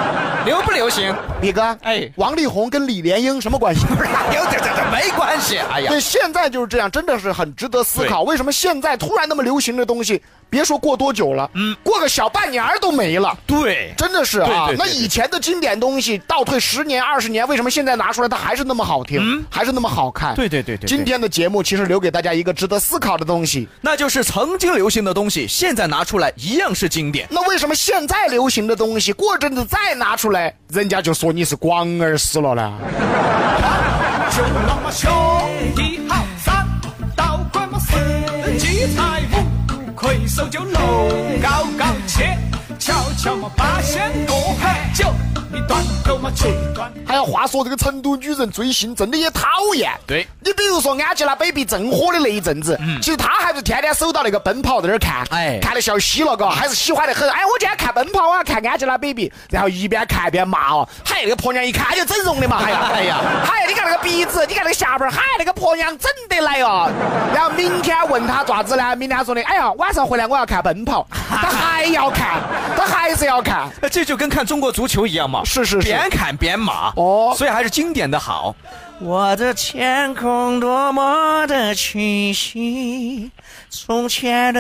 [SPEAKER 2] 流不流行？
[SPEAKER 3] 比哥，
[SPEAKER 2] 哎
[SPEAKER 3] 哎，王力宏跟李莲英什么关 [laughs] 系？
[SPEAKER 2] 不是，有点这这没关系。哎呀
[SPEAKER 3] 对，，现在就是这样，真的是很值得思考。为什么现在突然那么流行的东西，别说过多久了，嗯，过个小半年儿都没了。
[SPEAKER 2] 对，
[SPEAKER 3] 真的是啊，
[SPEAKER 2] 对对对
[SPEAKER 3] 那以前的经典东西倒退十年、二十年，为什么现在拿出来它还是那么好听，还是那么好看？
[SPEAKER 2] 嗯对对对对对
[SPEAKER 3] 今天的节目其实留给大家一个值得思考的东西。
[SPEAKER 2] 那就是曾经流行的东西，现在拿出来一样是经典。
[SPEAKER 3] 那为什么现在流行的东西，过阵子再拿出来，人家就说你是广而死了呢？
[SPEAKER 7] 就那么学一二三，倒灌么四，七彩五，魁首就楼高高切，悄悄么八仙过海九，一段够么七段。
[SPEAKER 3] 还要哎话说这个成都女人追星真的也讨厌。
[SPEAKER 2] 对嗯
[SPEAKER 3] 你比如说安吉拉 baby 正火的那一阵子，其实她还是天天守到那个奔跑在那儿看，
[SPEAKER 2] 哎
[SPEAKER 3] 看得笑嘻了，嘎，还是喜欢得很。哎，我今天看奔跑，我要看安吉拉 baby，然后一边看一边骂哦，嗨，那个婆娘一看就整容的嘛，哎
[SPEAKER 2] [laughs]
[SPEAKER 3] 呀，
[SPEAKER 2] 哎呀
[SPEAKER 3] 嗨，你看那个鼻子，你看那个下巴儿，嗨，那个婆娘整得来哦。然后明天问她咋子呢？明天说的，哎呀，晚上回来我要看奔跑，她还要看，她还是要看。
[SPEAKER 2] 那哎这就跟看中国足球一样嘛，
[SPEAKER 3] 是是是
[SPEAKER 2] 边砍边码
[SPEAKER 3] 哦
[SPEAKER 2] 所以还是经典的好。我的天空多么的清晰，从前的。